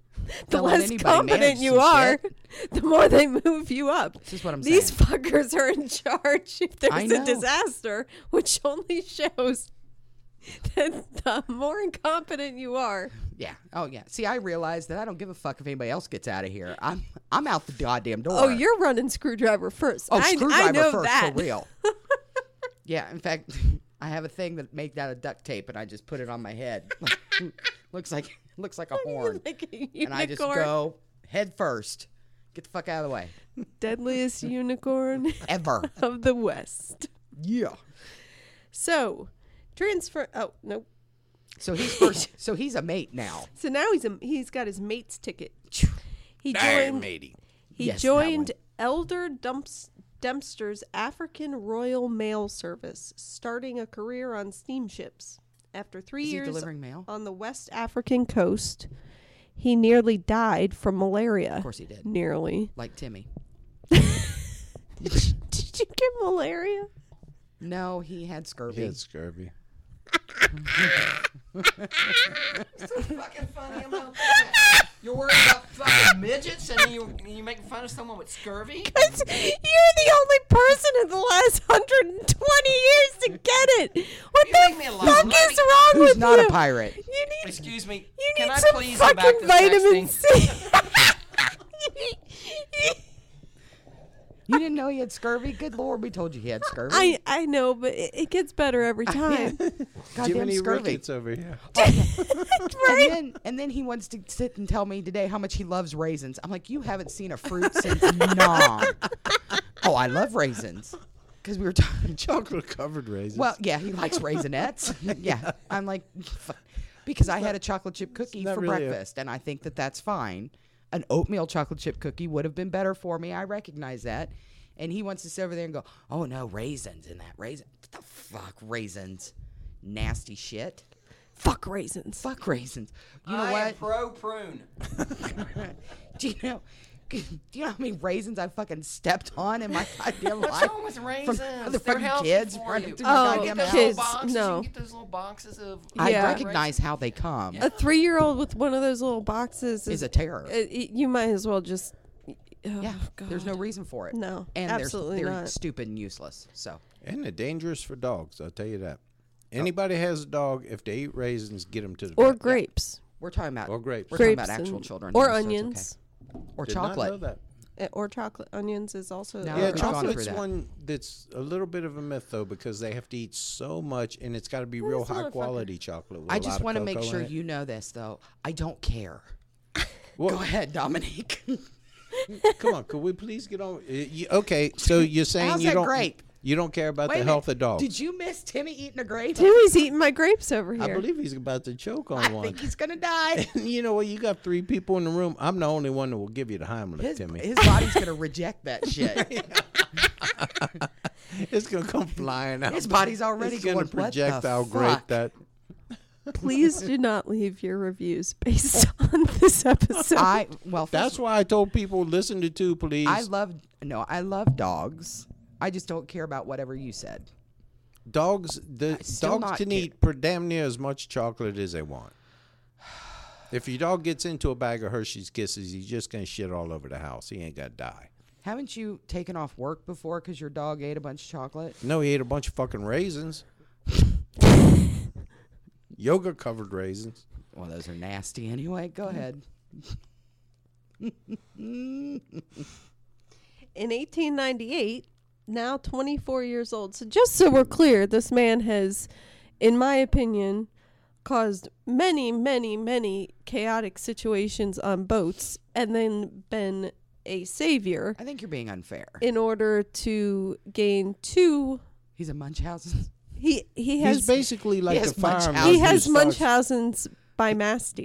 Don't let
less
anybody
competent
manage
you
some
are,
shit.
the more they move you up.
This is what I'm
These
saying.
fuckers are in charge if
I
there's a
know.
disaster, which only shows that the more incompetent you are,
Yeah. Oh yeah. See, I realize that I don't give a fuck if anybody else gets out of here. I'm I'm out the goddamn door.
Oh, you're running screwdriver first.
Oh,
I,
screwdriver
I know
first
that.
for real. yeah. In fact, I have a thing that made out of duct tape, and I just put it on my head. looks like looks like a horn,
like a unicorn.
and I just go head first. Get the fuck out of the way.
Deadliest unicorn
Ever.
of the West.
yeah.
So, transfer. Oh no.
So he's first. so he's a mate now.
So now he's a, he's got his mate's ticket. He
Damn,
joined.
matey.
He
Yes, that one.
joined Elder Dumps, Dempster's African Royal Mail Service, starting a career on steamships. After three
Is he
years
delivering mail?
on the West African coast, he nearly died from malaria.
Of course he did.
Nearly.
Like Timmy.
Did you get malaria?
No, he had scurvy.
He had scurvy.
fucking funny about that. You're worried about fucking midgets and you you making fun of someone with scurvy?
That's- You're the only person in the last 120 years to get it. What
You leave
the
me alone.
fuck
Let
is
me-
wrong
Who's
with
not
you?
a pirate?
You need,
Excuse me.
you
can
need
I
some
please go back
fucking
to
vitamin
texting?
C.
You didn't know he had scurvy? Good lord, we told you he had scurvy.
I, uh, I know, but it, it gets better every time.
Goddamn
Jiminy
scurvy.
Ricketts over here.
And then, and then he wants to sit and tell me today how much he loves raisins. I'm like, you haven't seen a fruit since nom. Oh, I love raisins. Because we were talking.
Chocolate covered raisins.
Well, yeah, he likes raisinettes. yeah. I'm like, fuck. because I had a chocolate chip cookie
not
for
really a-
breakfast, and I think that that's fine. An oatmeal chocolate chip cookie would have been better for me. I recognize that. And he wants to sit over there and go, oh no, raisins in that raisin. What the fuck, raisins? nasty shit.
Fuck raisins.
Fuck raisins. You know
I am
what?
pro prune.
do you know? Do you know how many raisins I fucking stepped on in my goddamn life?
What's wrong with
From
raisins?
other
They're
fucking
healthy
kids
for
running
you.
through
Oh,
You
my
can
goddamn
get those little
house.
kids,
boxes,
no.
You can get those little boxes of.
I
Yeah.
recognize how they come.
A three-year-old with one of those little boxes
Is
is
a terror.
Uh, y- you might as well just. Oh,
yeah, there's no
God.
reason for it.
No,
and
absolutely
they're, they're
not.
stupid and useless. So
And they're dangerous for dogs. I'll tell you that. Anybody has a dog, if they eat raisins, get them to the
Or
vet.
grapes.
we're talking about
Or grapes.
We're
grapes
talking about actual
and-
children
Or
here, so it's okay.
onions.
or
Did not know
chocolate.
that.
Uh, Or chocolate onions is also.
No,
a
Yeah,
we've gone through
chocolate's
that.
one that's a little bit of a myth though because they have to eat so much and it's got to be real
This
high
motherfucker.
quality chocolate. With
I
a lot
just
of
want to make
cocoa in
sure
it.
you know this though. I don't care.
Well,
Go ahead, Dominique.
Come on, could we please get on? uh, you- Okay, so you're saying
How's
you
that
don't
grape?
you don't care about
Wait a
the health
minute.
of dogs.
Did you miss Timmy eating a grape?
Timmy's eating my grapes over here.
I believe he's about to choke on
I
one.
think he's gonna die.
you know what? You got three people in the room. I'm the only one that will give you the Heimlich,
His,
Timmy.
his body's gonna reject that shit.
it's gonna come flying out.
His body's already
it's gonna
going, "What the
projectile
fuck?"
grape that.
Please do not leave your reviews based on this episode.
I well, first
That's why I told people listen to two, please.
I love no, I love dogs. I just don't care about whatever you said.
dogs the
still
dogs
not
can
get-
eat per damn near as much chocolate as they want. If your dog gets into a bag of Hershey's Kisses, he's just gonna shit all over the house. He ain't gonna die.
Haven't you taken off work before because your dog ate a bunch of chocolate?
No, he ate a bunch of fucking raisins. Yoga covered raisins.
Well, those are nasty anyway. Go ahead.
in 1898, now 24 years old. So, just so we're clear, this man has, in my opinion, caused many, many, many chaotic situations on boats and then been a savior
I think you're being unfair.
in order to gain two.
He's a Munchausen
He, he
He's
has,
basically like
has
the fireman.
Munchausen.
he
who
has
starts-
Munchausen's by Masty.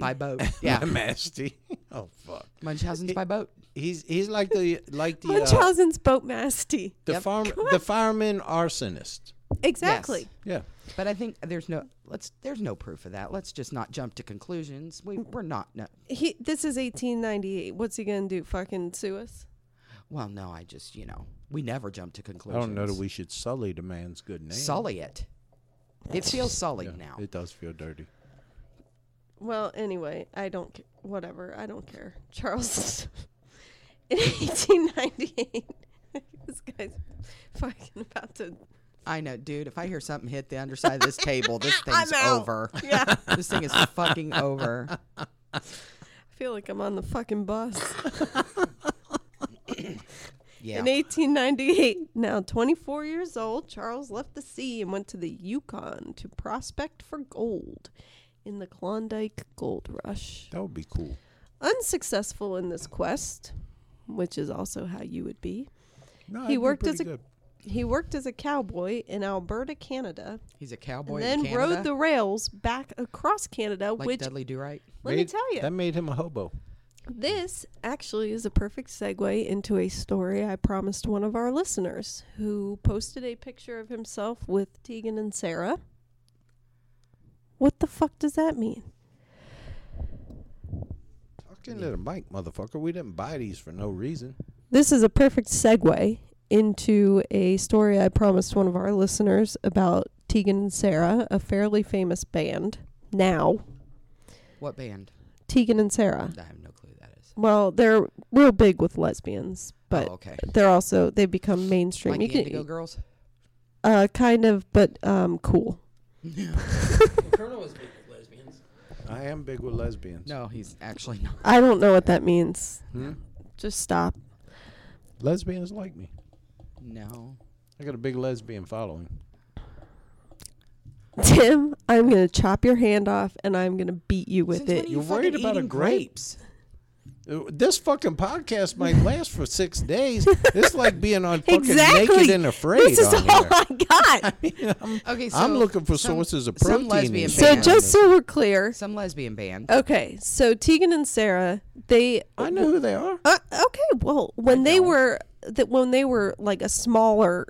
by boat. Yeah,
Masty. Oh fuck.
Munchausen's by boat.
He's he's like the like the uh,
Munchausen's boat Masty.
the farm the fireman arsonist.
Exactly.
Yeah.
But I think there's no let's there's no proof of that. Let's just not jump to conclusions. We we're not no.
He, this is 1898. What's he going to do? Fucking sue us?
Well, no, I just you know we never jump to
I
conclusions.
don't know that we should sully the man's good name.
sully it. It feels sullied
Yeah,
now.
It does feel dirty.
Well, anyway, I don't. ca- Whatever, I don't care. Charles, in 1898, this guy's fucking about to.
I know, dude. If I hear something hit the underside of this table, this
I'm
thing's
out.
over.
Yeah, I
This thing is fucking over.
feel like I'm on the fucking bus.
Yeah.
In 1898, now 24 years old, Charles left the sea and went to the Yukon to prospect for gold in the Klondike Gold Rush.
That would be cool.
Unsuccessful in this quest, which is also how you would be.
No,
He
I'd be
worked as
pretty
a-
good.
He worked as a cowboy in Alberta, Canada,
He's a cowboy.
and then
in Canada,
rode the rails back across Canada,
like
which
Dudley Do Right.
let me
Made-
tell you,
That made him a hobo.
this actually is a perfect segue into a story I promised one of our listeners who posted a picture of himself with Tegan and Sarah. What the fuck does that mean?
Talking to the mic, motherfucker. We didn't buy these for no reason.
This is a perfect segue into a story I promised one of our listeners about Tegan and Sarah, a fairly famous band now.
What band?
Tegan and Sarah.
I have no clue who that is.
Well, they're real big with lesbians, but
oh, okay.
they're also they become mainstream.
Like
you
the
can, e
Indigo Girls.
uh, kind of, but um, cool.
Colonel is big with lesbians.
I am big with lesbians.
No, he's actually not.
I don't know what that means.
Hmm?
Just stop.
Lesbians like me.
No.
I got a big lesbian following.
Tim, I'm gonna chop your hand off and I'm gonna beat you with
Since when
it.
are you
You're worried
fucking
about a
eating
grape?
grapes?
Uh, This fucking podcast might last for six days. It's like being on fucking
exactly.
naked and afraid
This is
on
all
here.
I got.
Okay, so
I'm looking for
some-
sources of
some
protein.
lesbian
in
so
band.
here.
just Oh, so we're clear,
Some lesbian band.
okay. So Tegan and Sarah, they
I know who they are.
Uh, okay, well, when they were that when they were like a smaller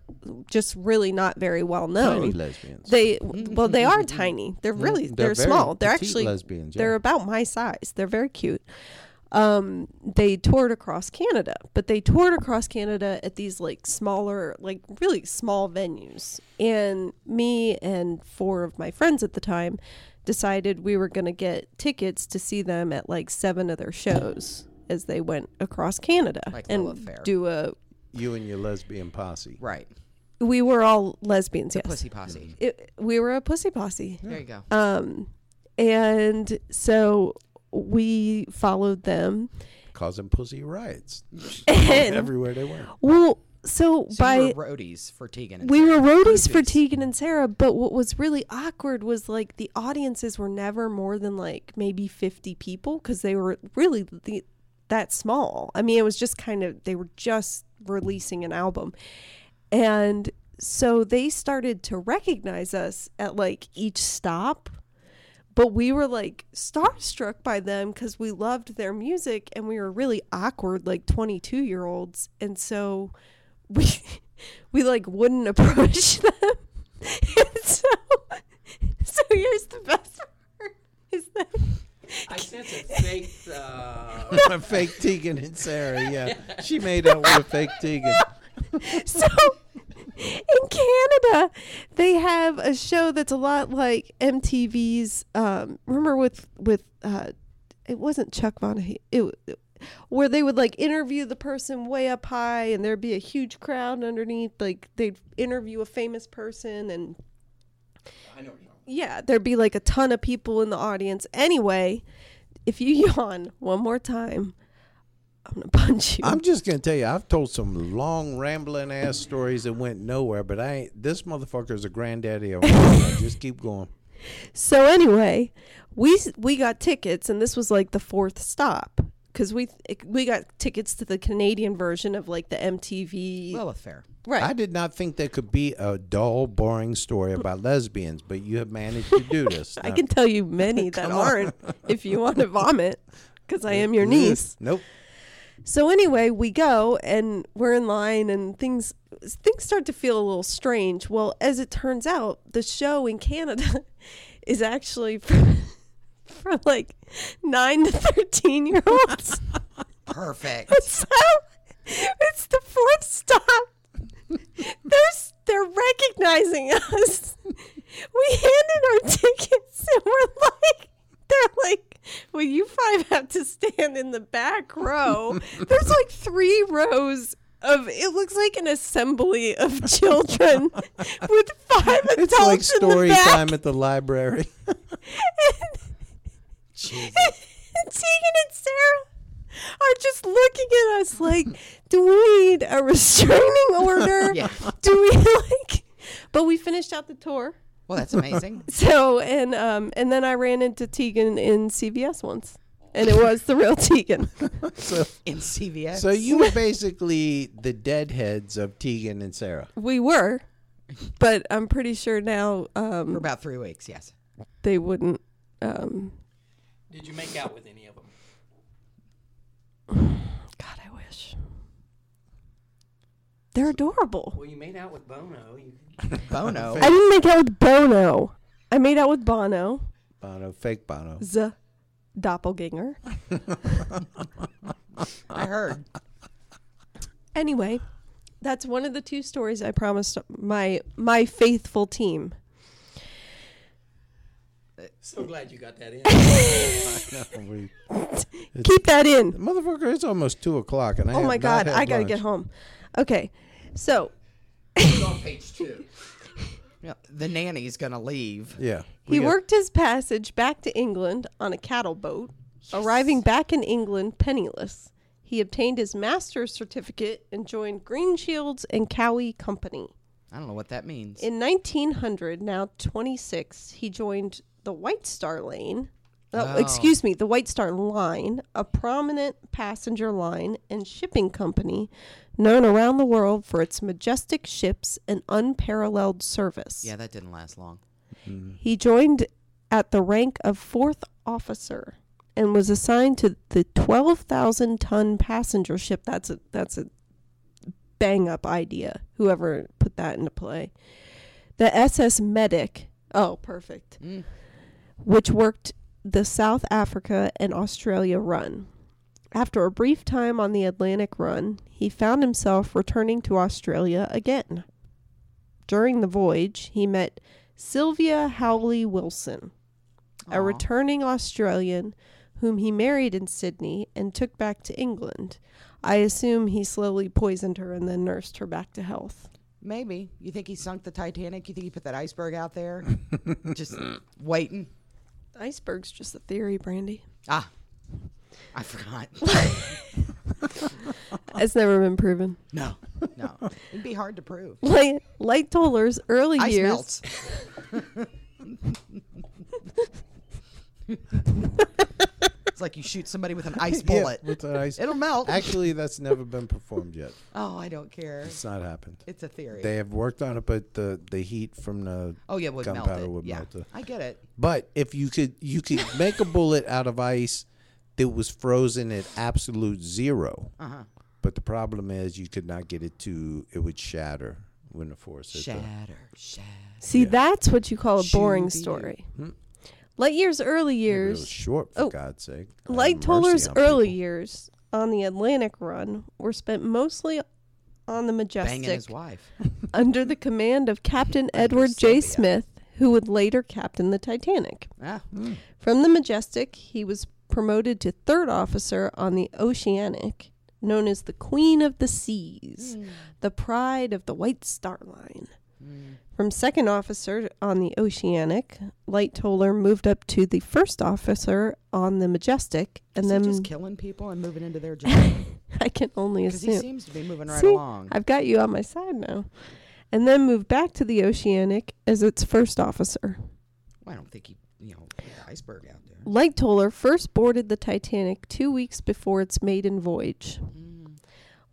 just really not very well known.
Tiny lesbians. Mm.
They well, they are tiny. They're really
they're
they're,
very
small. They're
petite
actually
lesbians, yeah.
They're about my size. They're very cute. Um, they toured across Canada, but they toured across Canada at these like smaller, like really small venues. And me and four of my friends at the time decided we were going to get tickets to see them at like seven of their shows as they went across Canada
Like
and
Lilith Fair.
do a.
you and your lesbian posse.
Right.
We were all lesbians, yes.
Pussy posse.
It, we were a pussy posse.
There you go.
Um, and so we followed them.
Causing pussy riots
And
everywhere they went.
well, so,
so
by
you were roadies for Tegan. And
we were
Sarah.
roadies for
Roadies.
Tegan and Sarah, but what was really awkward was like the audiences were never more than like maybe 50 people because they were really the, that small. I mean, it was just kind of, they were just releasing an album. And so they started to recognize us at like each stop. But we were like starstruck by them because we loved their music and we were really awkward, like 22 year olds. And so we we like wouldn't approach them. And so, so here's the best part is that
I sense a fake. Uh,
fake Tegan and Sarah, yeah. She made out with a fake Tegan.
so in Canada they have a show that's a lot like MTV's. Um, remember with with uh, it wasn't Chuck Vonnegut. It, w- where they would like interview the person way up high, and there'd be a huge crowd underneath. Like they'd interview a famous person, and yeah, there'd be like a ton of people in the audience. Anyway, if you yawn one more time, I'm gonna punch you.
I'm just gonna tell you, I've told some long rambling ass stories that went nowhere, but I ain't this motherfucker's a granddaddy of 'em all. I just keep going.
So anyway, we we got tickets, and this was like the fourth stop because we we got tickets to the Canadian version of like the MTV.
Lilith Fair.
right.
I did not think there could be a dull, boring story about lesbians, but you have managed to do this.
I
Now-
can tell you many that aren't if you want to vomit because I am your niece.
Nope.
So anyway, we go and we're in line and things things start to feel a little strange. Well, as it turns out, the show in Canada is actually for, for like 9 to 13 year olds.
Perfect.
so it's the fourth stop. There's, they're recognizing us. We handed our tickets and we're like, they're like, well, you five have to stand in the back row. There's like three rows of, it looks like an assembly of children with five adults
It's like
in
story
the back.
time at the library.
Tegan and Sarah are just looking at us like, do we need a restraining order?
Yeah.
Do we like? But we finished out the tour.
Well, that's amazing.
So and um and then I ran into Tegan in CVS once, and it was the real Tegan.
In CVS.
So you were basically the deadheads of Tegan and Sarah.
We were, but I'm pretty sure now
for
um
about three weeks. Yes.
they wouldn't. Um,
did you make out with any of them?
God, I wish. They're adorable.
Well, you made out with Bono. You,
Bono.
I didn't make out with Bono. I made out with Bono.
Bono, fake Bono.
Z doppelganger.
I heard.
Anyway, that's one of the two stories I promised my my faithful team.
so glad you got that in.
We-
Keep that in.
Motherfucker, it's almost two o'clock, and I
Oh
have
my
not
god,
had
I gotta
lunch.
get home. Okay, so
It's on page two.
Yeah, The nanny's gonna leave.
Yeah, we
he
got-
worked his passage back to England on a cattle boat. Arriving back in England penniless, he obtained his master's certificate and joined Green Shields and Cowie Company.
I don't know what that means.
In 1900, now 26, he joined the White Star Lane. Oh,
Oh.
Excuse me, the White Star Line, a prominent passenger line and shipping company known around the world for its majestic ships and unparalleled service.
yeah, that didn't last long.
He joined at the rank of fourth officer and was assigned to the 12,000 ton passenger ship. That's a that's a bang up idea, whoever put that into play. The SS Medic, oh, perfect,
Mm.
which worked the South Africa and Australia run. After a brief time on the Atlantic run, he found himself returning to Australia again. During the voyage, he met Sylvia Howley Wilson, a returning Australian whom he married in Sydney and took back to England. I assume he slowly poisoned her and then nursed her back to health.
Maybe. You think he sunk the Titanic? You think he put that iceberg out there? Just waiting.
Iceberg's just a theory, Brandy.
Ah. I forgot.
It's never been proven.
no. No. It'd be hard to prove.
Light, Light Toller's early
Ice
years.
melts. it's like you shoot somebody with an ice
Yeah,
bullet.
with the ice.
It'll melt.
Actually, that's never been performed yet.
oh, I don't care.
It's not happened.
It's a theory.
They have worked on it, but the, the heat from the
oh yeah, would melt
gunpowder
it.
would
yeah.
melt it.
I get it.
But if you could, you could make a bullet out of ice that was frozen at absolute 0
Uh-huh.
But the problem is, you could not get it to. It would shatter when the force hit. the-
Shatter, shatter.
See, that's what you call a boring story.
Hmm?
Light year's early
It was
years.
short, for
Oh.
God's sake. Have
Light
mercy
Toller's
on
early
people.
years on the Atlantic run were spent mostly on the
Banging
Majestic
his wife.
under the command of Captain Edward J. Smith, who would later captain the Titanic.
Ah,
From the Majestic, he was promoted to third officer on the Oceanic, known as the Queen of the Seas, the pride of the White Star Line.
Mm.
From second officer on the Oceanic, Light Toller moved up to the first officer on the Majestic, and
is
then
he just killing people and moving into their job?
I can only
Because
assume.
he seems to be moving right
See,
along.
I've got you on my side now. And then moved back to the Oceanic as its first officer.
Well, I don't think he, you know, put the iceberg out there.
Light Toller first boarded the Titanic two weeks before its maiden voyage.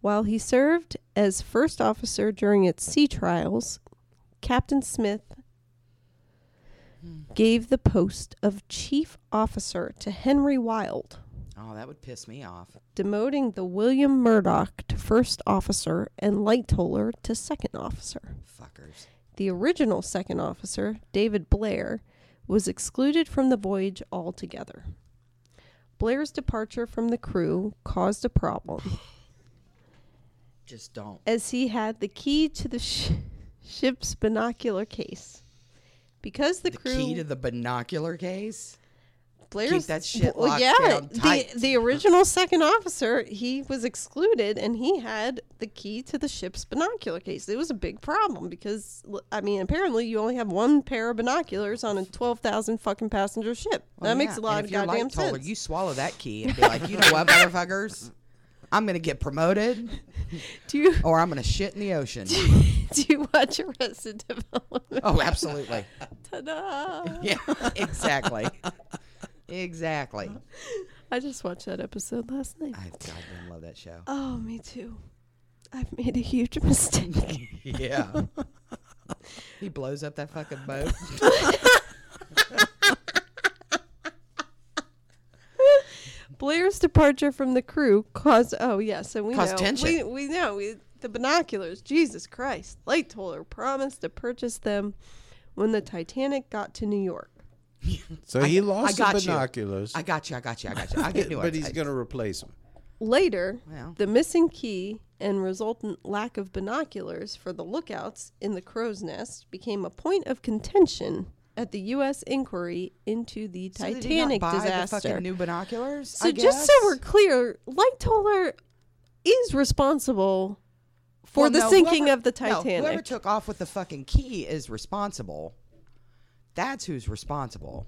While he served as first officer during its sea trials, Captain Smith gave the post of chief officer to Henry Wild,
Oh, that would piss me off.
demoting the William Murdoch to first officer and Light Toller to second officer.
Fuckers.
The original second officer, David Blair, was excluded from the voyage altogether. Blair's departure from the crew caused a problem,
Just don't.
as he had the key to the sh- ship's binocular case. Because the,
The
crew
key to the binocular case?
Blair's
that shit
well,
locked
yeah,
down tight.
the the original second officer he was excluded, and he had the key to the ship's binocular case. It was a big problem because l- I mean, apparently you only have one pair of binoculars on a twelve thousand fucking passenger ship.
Well,
that makes
Oh, yeah,
a lot
and
of
if you're
goddamn
light taller,
sense.
You swallow that key and be like, you know what, motherfuckers? I'm gonna get promoted,
do you
or I'm gonna shit in the ocean.
do you watch Arrested Development?
oh, absolutely.
Ta-da!
Yeah, exactly. Exactly.
I just watched that episode last night.
I goddamn love that show.
Oh, me too. I've made a huge mistake.
Yeah. he blows up that fucking boat.
Blair's departure from the crew caused. Oh yes, and we
Caused
know.
tension.
We we know we, the binoculars. Jesus Christ! Light Toller promised to purchase them when the Titanic got to New York.
So
I-
he
I
lost
got
the
you.
binoculars,
I got you. I got you. I got you. I get new
but
ones.
he's
I-
going to replace them.
Later,
Well.
the missing key and resultant lack of binoculars for the lookouts in the crow's nest became a point of contention at the U.S. inquiry into the
So they did not
Titanic
buy The
disaster.
fucking new binoculars.
So
I
just so
guess?
we're clear, Light Toller is responsible for
Well,
the
no,
sinking
whoever-
of the
no, whoever
Titanic.
took off with the fucking key is responsible. That's who's responsible.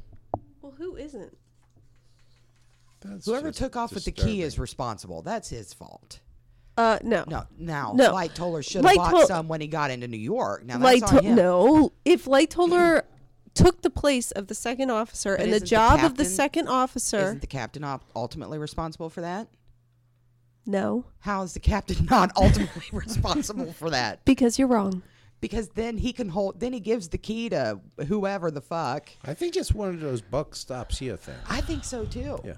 well, who isn't?
That's
Whoever
just
took off with the key
disturbing.
is responsible. That's his fault.
Uh, no.
No, now
No.
Light Toller should have
Light
bought
Tol-
some when he got into New York. Now that's
Light
on him.
no. If Light Toller took the place of the second officer
But
and the
isn't the
job of the
captain-
second officer,
Isn't the captain op- ultimately responsible for that?
no,
How is the captain not ultimately responsible for that?
because you're wrong.
Because then he can hold. Then he gives the key to whoever the fuck.
I think it's one of those buck stops here things.
I think so too.
Yeah.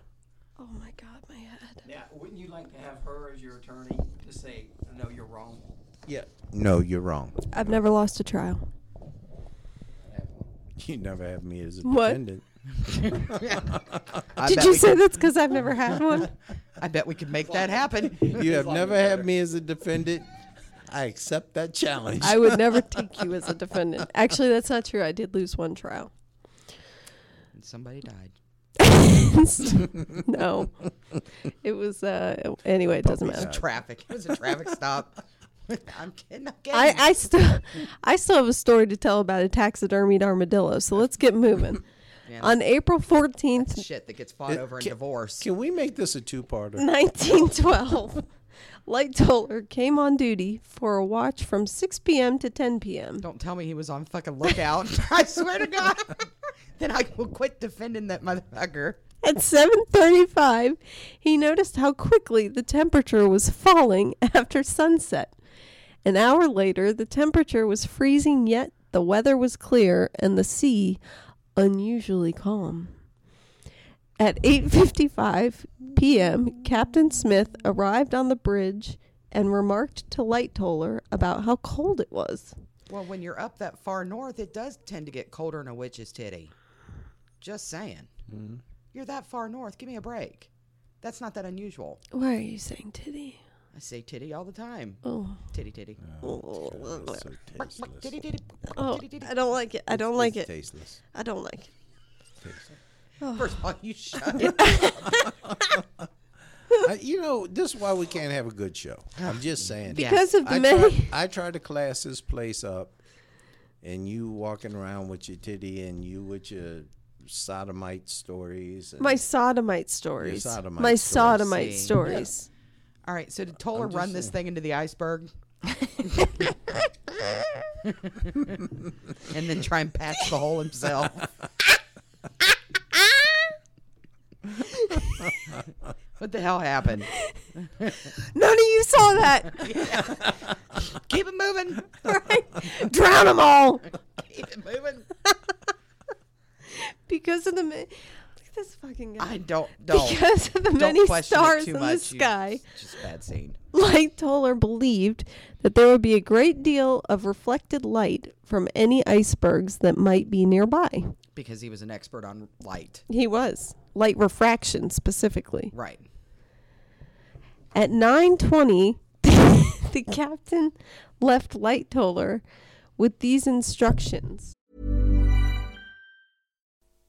Oh my God, my head.
Now, wouldn't you like to have her as your attorney to say, no, you're wrong?
Yeah. No, you're wrong.
I've never lost a trial.
You never have me as a
What?
defendant.
I
Did
bet
you
we
say
could-
that's because I've never had one?
I bet we could make that happen.
You have never had me as a defendant. I accept that challenge.
I would never take you as a defendant. Actually, that's not true. I did lose one trial.
And somebody died.
no, it was. Uh, anyway, it doesn't matter.
Traffic. It was a traffic stop. I'm kidding. I'm kidding.
I, I still, I still have a story to tell about a taxidermied armadillo. So let's get moving. On April fourteenth,
Shit that gets fought over in
Can-
divorce.
Can we make this a two-parter?
1912, Light Toller came on duty for a watch from 6 p.m. to 10 p.m.
Don't tell me he was on fucking lookout. I swear to God. then I will quit defending that motherfucker.
At 7:35, he noticed how quickly the temperature was falling after sunset. An hour later, the temperature was freezing yet the weather was clear and the sea unusually calm. At 8:55 p.m., Captain Smith arrived on the bridge and remarked to Light Toller about how cold it was.
Well, when you're up that far north, it does tend to get colder than a witch's titty. Just saying. You're that far north. Give me a break. That's not that unusual.
Why are you saying titty?
I say titty all the time.
Oh.
Titty, titty.
So tasteless.
Titty, titty.
Oh,
Titty, titty.
I don't like it. I don't like it.
Tasteless.
I don't like it.
First of all, you shut up.
I, you know, this is why we can't have a good show. I'm just saying.
Yeah.
Because of the
I
many
try, I try to class this place up, and you walking around with your titty and you with your sodomite stories. And
My sodomite stories.
sodomite
my
stories.
sodomite
See.
stories.
All right, so did Toller run this thing into the iceberg? and then try and patch the hole himself. what the hell happened?
None of you saw that.
Keep it moving.
right? Drown them all.
Keep it moving.
Because of the ma- look at this fucking guy.
I don't don't
Because of the
don't
many
question it
stars
too
in the
much. You-
sky.
it's just a bad scene.
Light Toller believed that there would be a great deal of reflected light from any icebergs that might be nearby.
Because he was an expert on light.
He was light refraction specifically.
Right.
At 9:20, the captain left Light Toller with these instructions.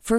For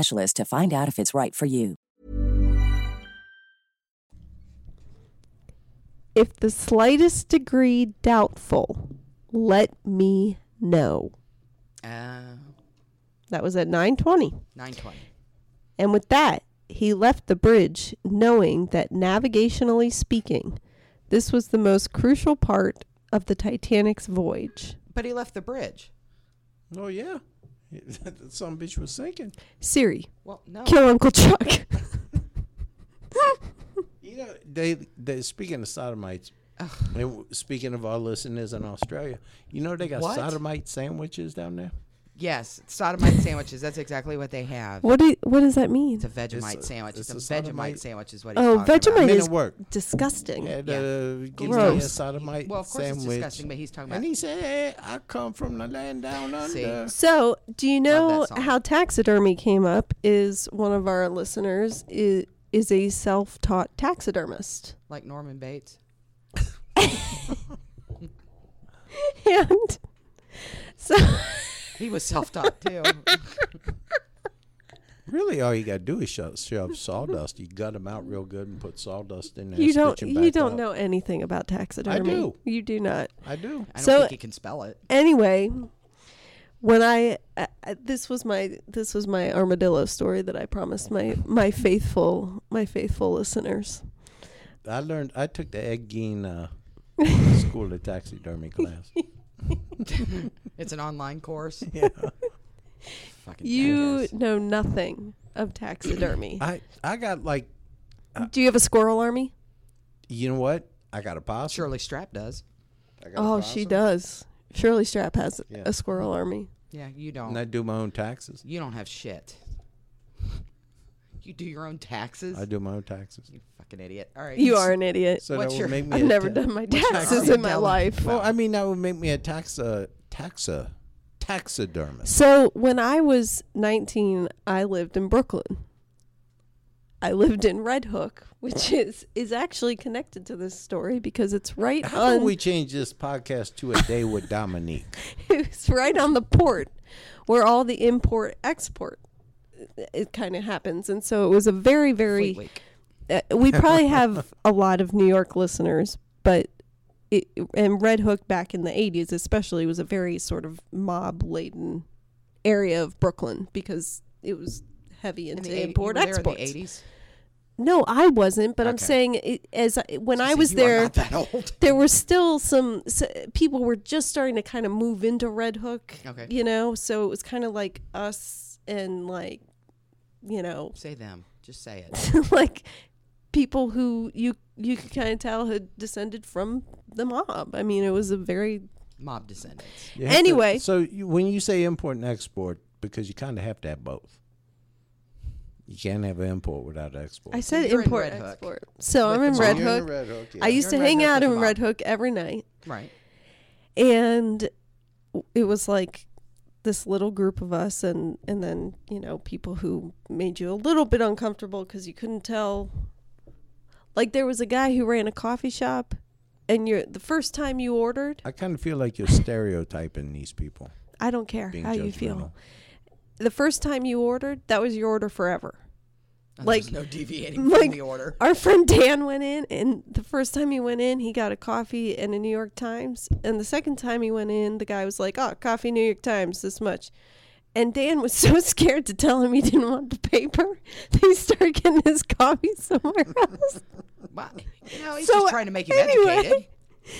to find out if it's right for you.
If the slightest degree doubtful, let me know.
Uh,
That was at 9:20.
920.
And with that, he left the bridge, knowing that navigationally speaking, this was the most crucial part of the Titanic's voyage.
But he left the bridge.
Oh yeah, that some bitch was sinking.
Siri,
Well, no.
kill Uncle Chuck.
You know, they they speaking of sodomites. And w- speaking of our listeners in Australia, you know they got
What?
sodomite sandwiches down there.
Yes, sodomite sandwiches. That's exactly what they have.
what do what does that mean?
It's a Vegemite
It's a-
sandwich.
it's
It's,
a
a, Vegemite
sodomite-
sandwich is what he's
Oh,
talking about.
Vegemite
Men
is
at work.
disgusting.
Had
Yeah.
uh, give me a
Gross.
sodomite
Well, of course
sandwich.
it's disgusting, but he's talking about
and he said, "Hey, I come from the land down
See?
under."
So, do you know
Love that song.
how taxidermy came up? Is one of our listeners is, is a self-taught taxidermist,
like Norman Bates.
and so
He was self-taught too.
Really, all you gotta do is shove, shove sawdust. You gut them out real good and put sawdust in there.
you
and
don't
stitch 'em
you
back
don't
up.
know anything about taxidermy.
do.
You do not.
I do.
I don't
So-
think he can spell it.
Anyway, when I uh, this was my this was my armadillo story that I promised my my faithful my faithful listeners.
I learned. I took the Ed Gein uh, School of Taxidermy class.
It's an online course.
Yeah.
Fucking
You
jackass.
know nothing of taxidermy.
I I got like,
do you have a squirrel army?
you know what? I got a possum.
Shirley Strap does.
I got a
Oh, she
possum,
does. Shirley Strap has
Yeah.
a squirrel army.
Yeah, you don't.
And I do my own taxes.
You don't have shit. You do your own taxes.
I do my own taxes.
You fucking idiot. All right.
You are an idiot.
So
What's
that
your-
would make me.
I've
a
never
ta-
done my
tax-
taxes in my
Tell-
life.
Well, I mean, that would make me a tax uh, taxa taxidermist.
So when I was 19, I lived in Brooklyn. I lived in Red Hook, which is is actually connected to this story because it's right
How
on
do we change this podcast to a day with Dominique?
it's right on the port where all the import export it kind of happens. And so it was a very very
Fleet Week.
uh, we probably have a lot of New York listeners, but it, and Red Hook back in the 80s especially was a very sort of mob laden area of Brooklyn because it was heavy
In
into
the eight- you
import
were there
exports.
in the 80s.
No, I wasn't, but I'm
Okay.
saying it, as I, when I
So
was
you are
there
not that old.
there were still some s people were just starting to kind of move into Red Hook,
Okay.
you know, so it was kind of like us and like you know,
Say them. Just say it.
like people who you you could kind of tell had descended from the mob. I mean, it was a very
Mob descendants.
You have to-
Anyway.
so you, when you say import and export, because you kind of have to have both. You can't have an import without an export.
I said
You're in
import
Red Hook.
export. So
With
I'm
the
in
mob.
Red
You're
Hook.
Red Hook.
I used
You're
to
in Red
hang
Hook
out
with
in
the
Red
mob.
Hook every night.
Right.
and it was like this little group of us and and then you know people who made you a little bit uncomfortable because you couldn't tell like there was a guy who ran a coffee shop and you're the first time you ordered
I kind of feel like you're stereotyping these people.
i don't care
Being
how
judgmental.
you feel the first time you ordered that was your order forever
And
Like-
there's no deviating from
like-
the order.
our friend dan went in and the first time he went in he got a coffee and a new york times and the second time he went in the guy was like oh coffee new york times this much and dan was so scared to tell him he didn't want the paper that he started getting his coffee somewhere else
Well, you know, he's
So,
just trying to make him
anyway.
educated.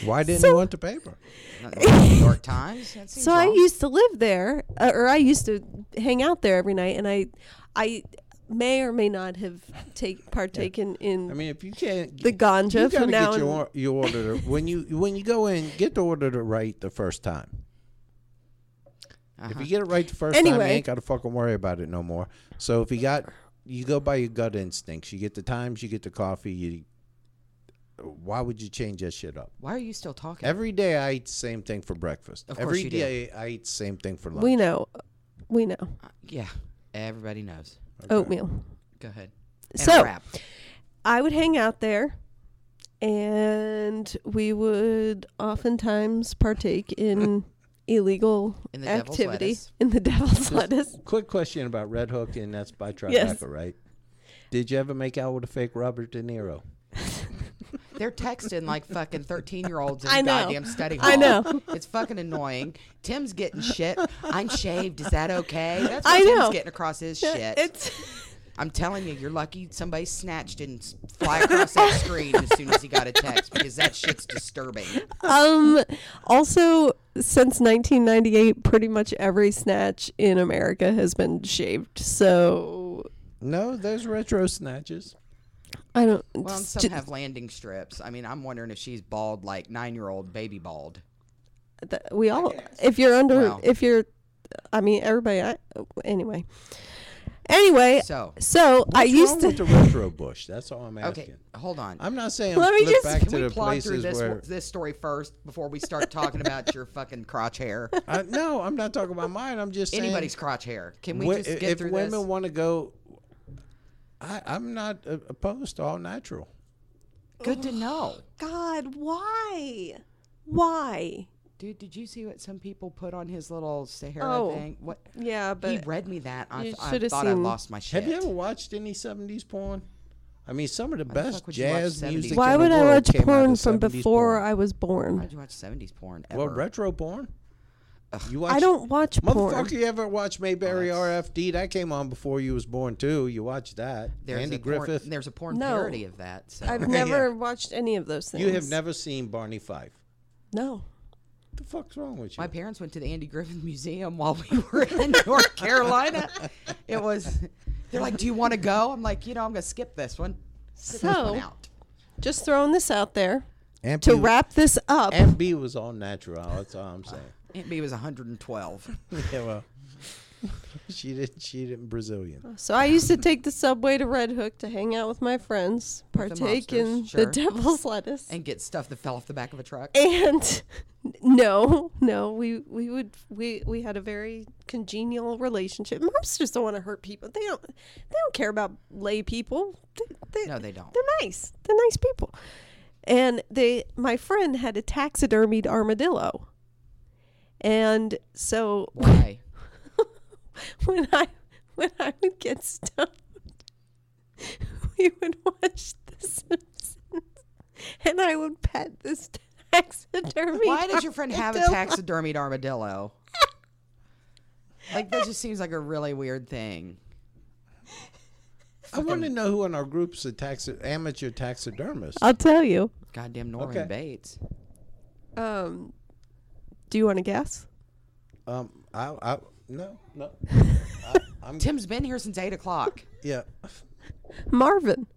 Why didn't
So-
you want the paper?
Nothing wrong with New York Times. That seems
so i
wrong.
used to live there uh, or i used to hang out there every night and i i may or may not have take partaken in
I mean, if you can't
The ganja
you
for
gotta
now
Get your,
and-
or- your order when you when you go in, get the order to right the first time.
Uh-huh.
If you get it right the first time,
Anyway.
you ain't got to fucking worry about it no more. So if you got, you go by your gut instincts. You get the times, you get the coffee. You, why would you change that shit up?
Why are you still talking?
Every day I eat the same thing for breakfast.
Of course
Every
you do.
day I eat the same thing for lunch.
we know we know
Uh, yeah. Everybody knows.
oatmeal
Go ahead. And
So-
a wrap.
I would hang out there and we would oftentimes partake in illegal
In the devil's
activity
lettuce.
in the devil's lettuce.
Quick question about Red Hook, and that's by Tribeca,
Yes.
right? Did you ever make out with a fake Robert De Niro?
They're texting like fucking 13 year olds in
I know.
goddamn study hall.
I know.
It's fucking annoying. Tim's getting shit. I'm shaved. Is that okay? That's what
I
Tim's
know.
getting across his
Yeah,
shit.
It's
I'm telling you, you're lucky somebody snatched and s- fly across that screen as soon as he got a text because that shit's disturbing.
um also since 1998 pretty much every snatch in America has been shaved. So
No, there's retro snatches.
I don't
Well, and
it's
some
ju-
have landing strips. I mean, I'm wondering if she's bald like nine year old baby bald.
th- we all if you're under
Wow.
if you're I mean everybody I, anyway. Anyway, so,
So,
I
What's
used
wrong
to
with the retro bush? That's all I'm asking.
okay, hold on.
I'm not saying
Let me
flip
just-
back
Can
to
we
the
plod through
places
this
where.
this story first before we start talking about your fucking crotch hair?
I, no, I'm not talking about mine. I'm just saying
Anybody's crotch hair. Can we
Wh-
just get
if
through
women
this?
want to go, I, I'm not uh, opposed to all natural.
Good to know.
God, why? Why?
Dude, did you see what some people put on his little Sahara
Oh,
thing? What
Yeah,
he
but
read me that. I,
you
th- I
shoulda
thought I
seen-
lost my shit.
Have you ever watched any 70s porn? I mean, some of the
the
best
fuck would you watch
jazz
70s
music.
why
in
would
the
I
world
watch
came out
porn
of
from
70s
before
porn.
I was born?
How'd you watch seventies porn ever?
Well, retro porn. You watch,
I don't watch porn.
Motherfucker, you ever watch Mayberry RFD? That came on before you was born too. You watched that.
there's
Andy
a porn,
Griffith.
There's a porn
No.
parody of that. So.
I've never watched any of those things.
you have never seen Barney Fife.
No.
What the fuck's wrong with you?
My parents went to the Andy Griffith Museum while we were in North Carolina. It was. They're like, "Do you want to go?" I'm like, "You know, I'm gonna skip this one. Skip this one
So,
out."
just throwing this out there
Aunt
to
B-
wrap this up.
Aunt B was all natural. That's all I'm saying.
Aunt B was 112.
Yeah, well, she didn't. She didn't Brazilian.
So I used to take the subway to Red Hook to hang out with my friends, partake in
mobsters, sure.
the devil's lettuce.
and get stuff that fell off the back of a truck.
and no, no, we we would we we had a very congenial relationship. Moms just don't want to hurt people. They don't they don't care about lay people. They, they,
No, they don't.
They're nice. They're nice people. And they my friend had a taxidermied armadillo. And so
Why?
when I when I would get stoned, we would watch The Simpsons, and I would pet this taxidermy.
Why does your friend have a
armadillo.
taxidermied armadillo? Like that just seems like a really weird thing.
I want to know who in our group's a taxi, amateur taxidermist.
I'll tell you.
Goddamn Norman
Okay.
Bates.
Um, do you want to guess?
Um, I, I no, no,
Tim's been here since eight o'clock.
yeah,
Marvin.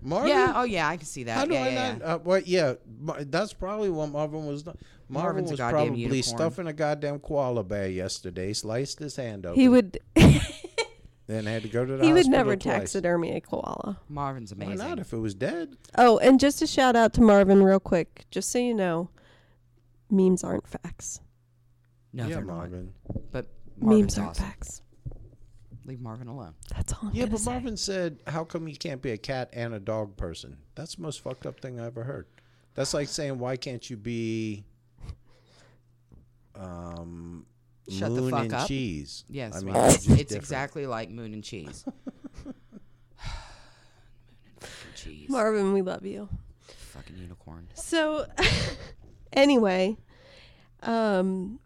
Marvin.
Yeah. Oh yeah, I can see that.
How do
yeah,
I
yeah,
not?
yeah.
Uh, well, yeah, Mar- that's probably what Marvin was. Not. Marvin
Marvin's a
was
goddamn
probably
unicorn.
stuffing a goddamn koala bear yesterday. Sliced his hand open.
He would.
then had to go to the
he would
hospital
never
twice.
taxidermy a koala.
Marvin's
Why
amazing.
not? If it was dead,
Oh, and just a shout out to Marvin, real quick, just so you know, memes aren't facts.
No,
yeah,
they're not.
Marvin.
But Marvin's
memes aren't
awesome.
facts.
Leave Marvin alone.
That's all. I'm
Yeah,
gonna
but
say.
Marvin said, "How come you can't be a cat and a dog person?" That's the most fucked up thing I ever heard. That's like saying, "Why can't you be um,
Shut the
moon
fuck
and
up.
cheese?"
Yes,
I mean,
well,
it's,
it's,
just
it's
different.
exactly like Moon and Cheese. Moon and fucking cheese.
Marvin, we love you.
fucking unicorn.
So anyway, um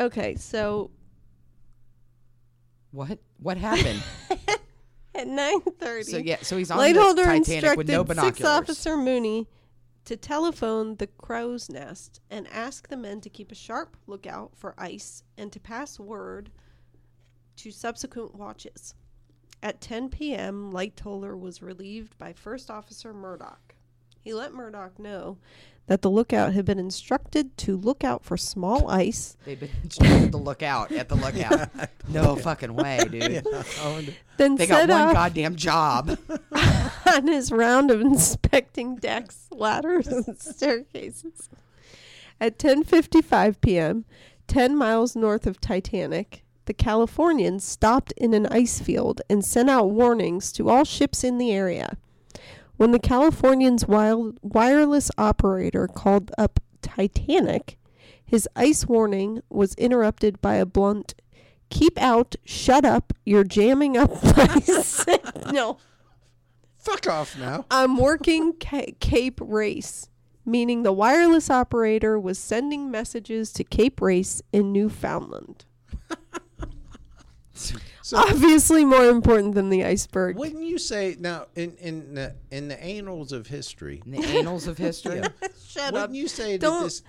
okay, so
What? What happened?
at 9:30
so yeah, so he's on the
Lightholder
Titanic with
instructed
no
sixth
binoculars.
officer Mooney to telephone the crow's nest and ask the men to keep a sharp lookout for ice and to pass word to subsequent watches. At 10 p.m., Lightoller was relieved by First Officer Murdoch. He let Murdoch know that the lookout had been instructed to look out for small ice
They've been instructed to look out at the lookout. no fucking way, dude.
then
They got
set
one
off
goddamn job.
on his round of inspecting decks, ladders, and staircases. At 10:55 p.m., 10 miles north of Titanic, the Californians stopped in an ice field and sent out warnings to all ships in the area. When the Californians' wild, wireless operator called up Titanic, his ice warning was interrupted by a blunt "Keep out, shut up, you're jamming up my signal."
Fuck off now.
I'm working ca- Cape Race. meaning the wireless operator was sending messages to Cape Race in Newfoundland. Obviously, more important than the iceberg.
Wouldn't you say now in in the in the annals of history?
In the annals of history.
Shut
wouldn't you say that
Don't-
this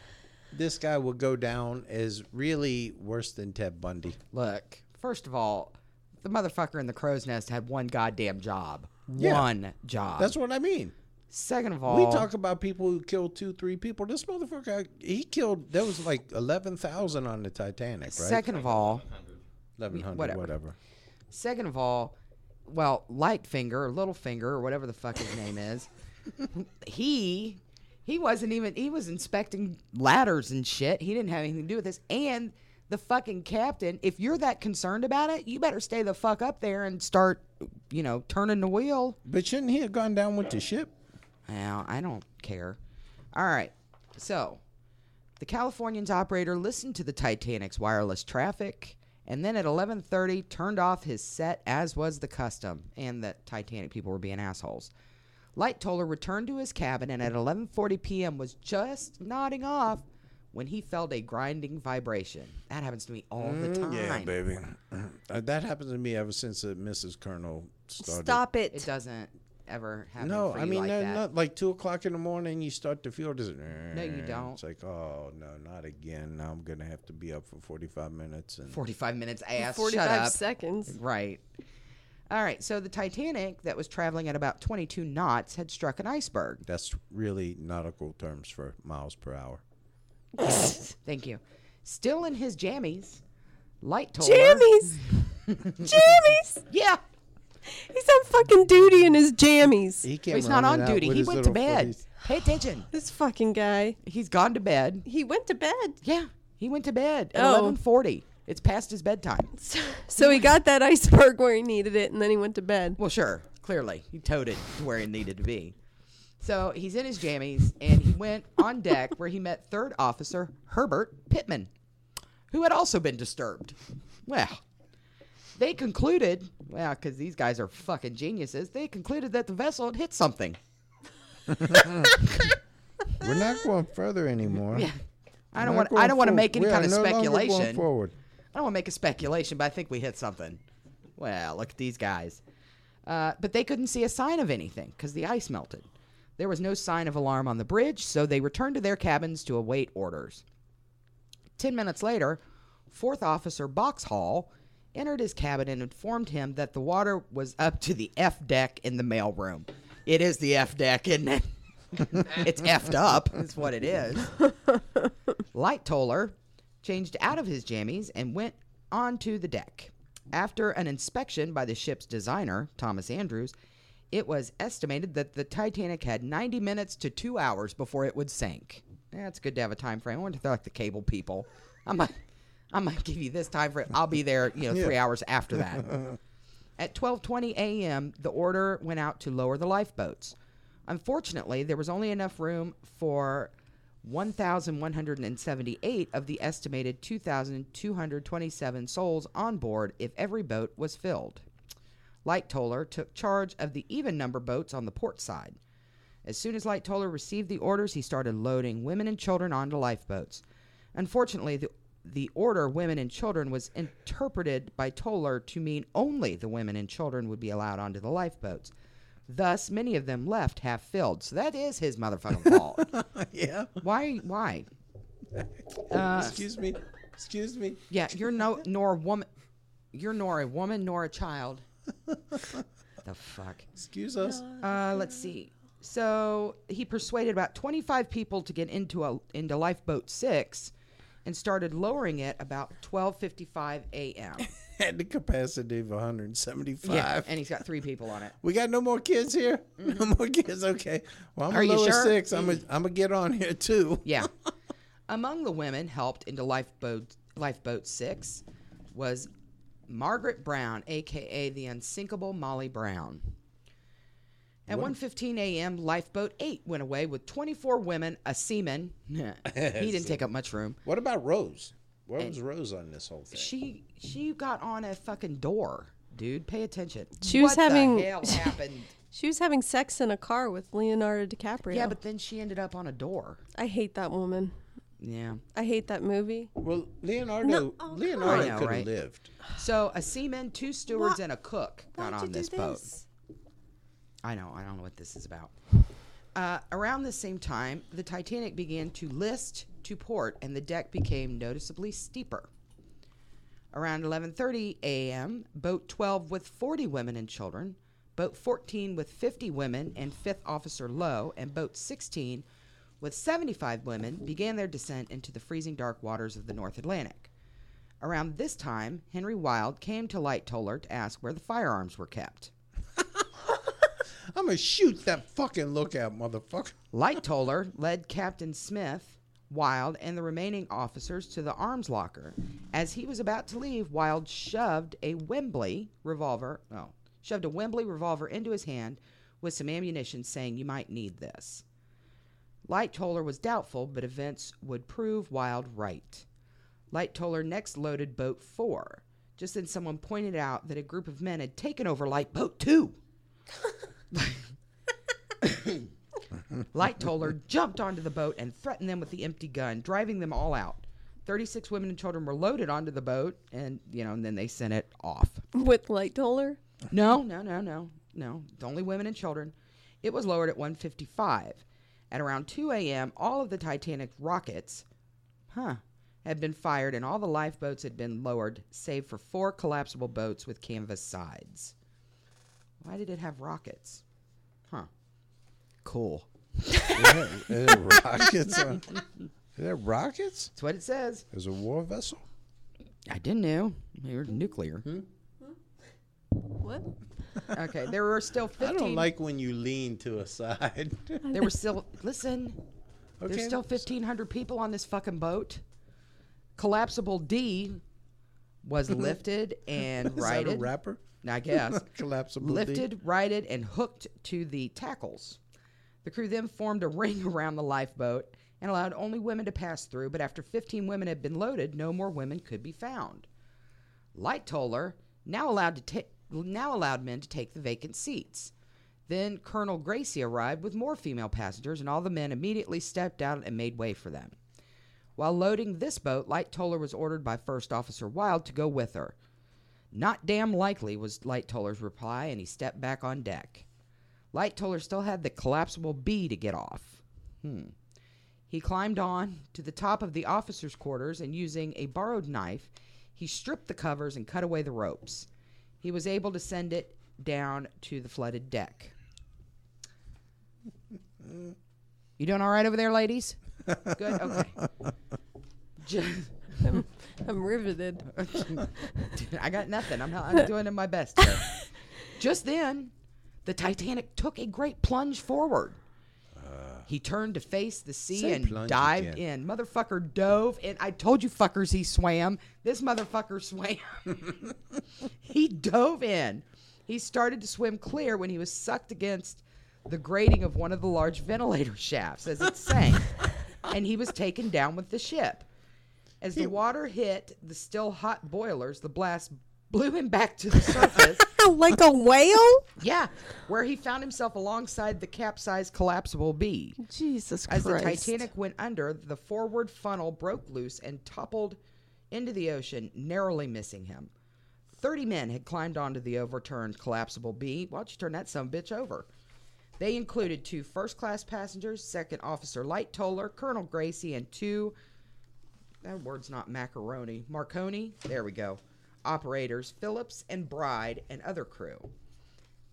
this guy would go down as really worse than Ted Bundy?
Look, first of all, the motherfucker in the crow's nest had one goddamn job.
Yeah.
One job.
That's what I mean.
Second of all,
We talk about people who killed two, three people. This motherfucker, he killed. There was like eleven thousand on the Titanic, right?
second of all,
eleven hundred,
whatever.
whatever.
Second of all, well, Lightfinger or Littlefinger or whatever the fuck his name is, he he wasn't even he was inspecting ladders and shit. He didn't have anything to do with this. And the fucking captain, if you're that concerned about it, you better stay the fuck up there and start, you know, turning the wheel.
But shouldn't he have gone down with the ship?
Well, I don't care. All right. So, the Californian's operator listened to the Titanic's wireless traffic and then at 11:30 turned off his set as was the custom and that Titanic people were being assholes. Light Toller returned to his cabin and at 11:40 p.m. was just nodding off when he felt a grinding vibration. That happens to me all the time.
Mm, baby. Uh, that happens to me ever since uh, Mrs. Colonel started.
Stop it.
It doesn't ever happen
No,
for
I
you
mean,
like
no,
that.
not like two o'clock in the morning. You start to feel this. No,
you don't.
It's like, oh no, not again. Now I'm gonna have to be up for 45 minutes. And
45 minutes ass. Shut
45
up.
seconds.
Right. All right. So the Titanic that was traveling at about 22 knots had struck an iceberg.
that's really nautical terms for miles per hour.
Thank you. Still in his jammies, Light told
Jammies. jammies.
Yeah.
He's on fucking duty in his jammies.
He came
He's not
running
on
out
duty.
with
He
his
went to
little
bed.
footies.
Pay attention.
This fucking guy.
He's gone to bed.
He went to bed.
Yeah. He went to bed at
Oh.
11:40. It's past his bedtime.
So he got that iceberg where he needed it, and then he went to bed.
Well, sure. Clearly, he towed it to where it needed to be. So he's in his jammies and he went on deck where he met third officer Herbert Pittman, who had also been disturbed. Well, they concluded, well, because these guys are fucking geniuses, they concluded that the vessel had hit something.
We're not going further anymore. Yeah.
Uh, I don't want. I don't want to make any kind of
Going
speculation.
forward.
I don't want to make a speculation, but I think we hit something. Well, look at these guys. Uh, but they couldn't see a sign of anything because the ice melted. There was no sign of alarm on the bridge, so they returned to their cabins to await orders. Ten minutes later, Fourth Officer Boxhall entered his cabin and informed him that the water was up to the F deck in the mailroom. It is the F deck, isn't it? it's effed up, is what it is. Light Toller changed out of his jammies and went onto the deck. After an inspection by the ship's designer, Thomas Andrews, it was estimated that the Titanic had 90 minutes to two hours before it would sink. Yeah, it's good to have a time frame. I wonder if they're like the cable people. I might, I might give you this time frame. I'll be there, you know, three hours after that. At 12:20 a.m., the order went out to lower the lifeboats. Unfortunately, there was only enough room for 1,178 of the estimated 2,227 souls on board if every boat was filled. Light Toller took charge of the even number boats on the port side. As soon as Light Toller received the orders, he started loading women and children onto lifeboats. Unfortunately, the, the order women and children was interpreted by Toller to mean only the women and children would be allowed onto the lifeboats. Thus, many of them left half filled. So that is his motherfucking fault.
Yeah.
why? Why?
Excuse me. Excuse me.
Yeah, you're no nor a woman. You're nor a woman nor a child. the fuck.
Excuse us.
Uh, let's see. So he persuaded about 25 people to get into a into lifeboat six, and started lowering it about 12:55 a.m.
Had the capacity of 175.
yeah, and he's got three people on it.
We got no more kids here. No more kids. Okay. Well, I'm
Are
a
you
lower
sure?
six. I'm a, I'm gonna get on here too.
Yeah. Among the women helped into lifeboat lifeboat six was Margaret Brown, aka the unsinkable Molly Brown. At 1:15 a.m., lifeboat 8 went away with 24 women, a seaman. he didn't take up much room.
What
Eh,
about Rose? Where was Rose on this whole thing?
she she got on a fucking door. dude, pay attention.
She
What
was
the
having-
hell happened?
She was having sex in a car with Leonardo DiCaprio.
yeah, but then she ended up on a door.
I hate that woman.
Yeah.
I hate that movie.
Well, Leonardo, Leonardo
I know,
could have
oh, right?
lived.
So a seaman, two stewards, and a cook got
Why'd you
on
do
this boat. I know. I don't know what this is about. Uh, around the same time, the Titanic began to list to port, and the deck became noticeably steeper. Around 11:30 a.m., boat 12 with 40 women and children, boat 14 with 50 women and fifth officer Lowe, and boat 16 with 75 women began their descent into the freezing dark waters of the North Atlantic. Around this time, Henry Wilde came to Light Toller to ask where the firearms were kept.
I'm gonna shoot that fucking lookout, motherfucker.
Light Toller led Captain Smith, Wild, and the remaining officers to the arms locker. As he was about to leave, Wild shoved a Wembley revolver, no, shoved a Wembley revolver into his hand with some ammunition, saying, You might need this. Light Toller was doubtful, but events would prove Wild right. Light Toller next loaded Boat 4. Just then, someone pointed out that a group of men had taken over Light Boat 2. Light Toller jumped onto the boat and threatened them with the empty gun, driving them all out. 36 women and children were loaded onto the boat, and, you know, and then they sent it off.
With Light Dollar?
No, no, no, no, no. The only women and children. It was lowered at 1:55. At around 2 a.m., all of the Titanic rockets, huh, had been fired, and all the lifeboats had been lowered, save for four collapsible boats with canvas sides. Why did it have rockets? Huh. Cool.
Is there rockets? On, is there rockets?
That's what it says.
There's a war vessel.
I didn't know. They were nuclear.
Hmm?
What?
Okay, there were still 15.
I don't like when you lean to a side.
There were still. Listen,
Okay.
there's still 1,500 people on this fucking boat. Collapsible D was lifted and
Is that a
righted.
rapper?
I guess.
Collapsible. D?
lifted, righted, and hooked to the tackles. The crew then formed a ring around the lifeboat and allowed only women to pass through, but after 15 women had been loaded, no more women could be found. Light Toller now allowed to ta- now allowed men to take the vacant seats. Then Colonel Gracie arrived with more female passengers, and all the men immediately stepped out and made way for them. While loading this boat, Light Toller was ordered by First Officer Wild to go with her. Not damn likely was Light Toller's reply, and he stepped back on deck. Light Toller still had the collapsible B to get off. Hmm. He climbed on to the top of the officers' quarters and using a borrowed knife, he stripped the covers and cut away the ropes. He was able to send it down to the flooded deck. You doing all right over there, ladies? Good. Okay. Just,
I'm, I'm riveted.
I got nothing. I'm, I'm doing my best here. Just then, the Titanic took a great plunge forward. he turned to face the sea
Uh. Say
and
plunge
dived in. Motherfucker dove, and I told you fuckers he swam. This motherfucker swam. he dove in. He started to swim clear when he was sucked against the grating of one of the large ventilator shafts as it sank, and he was taken down with the ship. As the water hit the still hot boilers, the blast blew him back to the surface.
like a whale?
yeah, where he found himself alongside the capsized collapsible bee.
Jesus
As
Christ.
the Titanic went under, the forward funnel broke loose and toppled into the ocean, narrowly missing him. Thirty men had climbed onto the overturned collapsible bee. Why don't you turn that some bitch over? They included two first class passengers, second officer Light Toller, Colonel Gracie, and two that word's not macaroni. Marconi, there we go. Operators Phillips and Bride and other crew.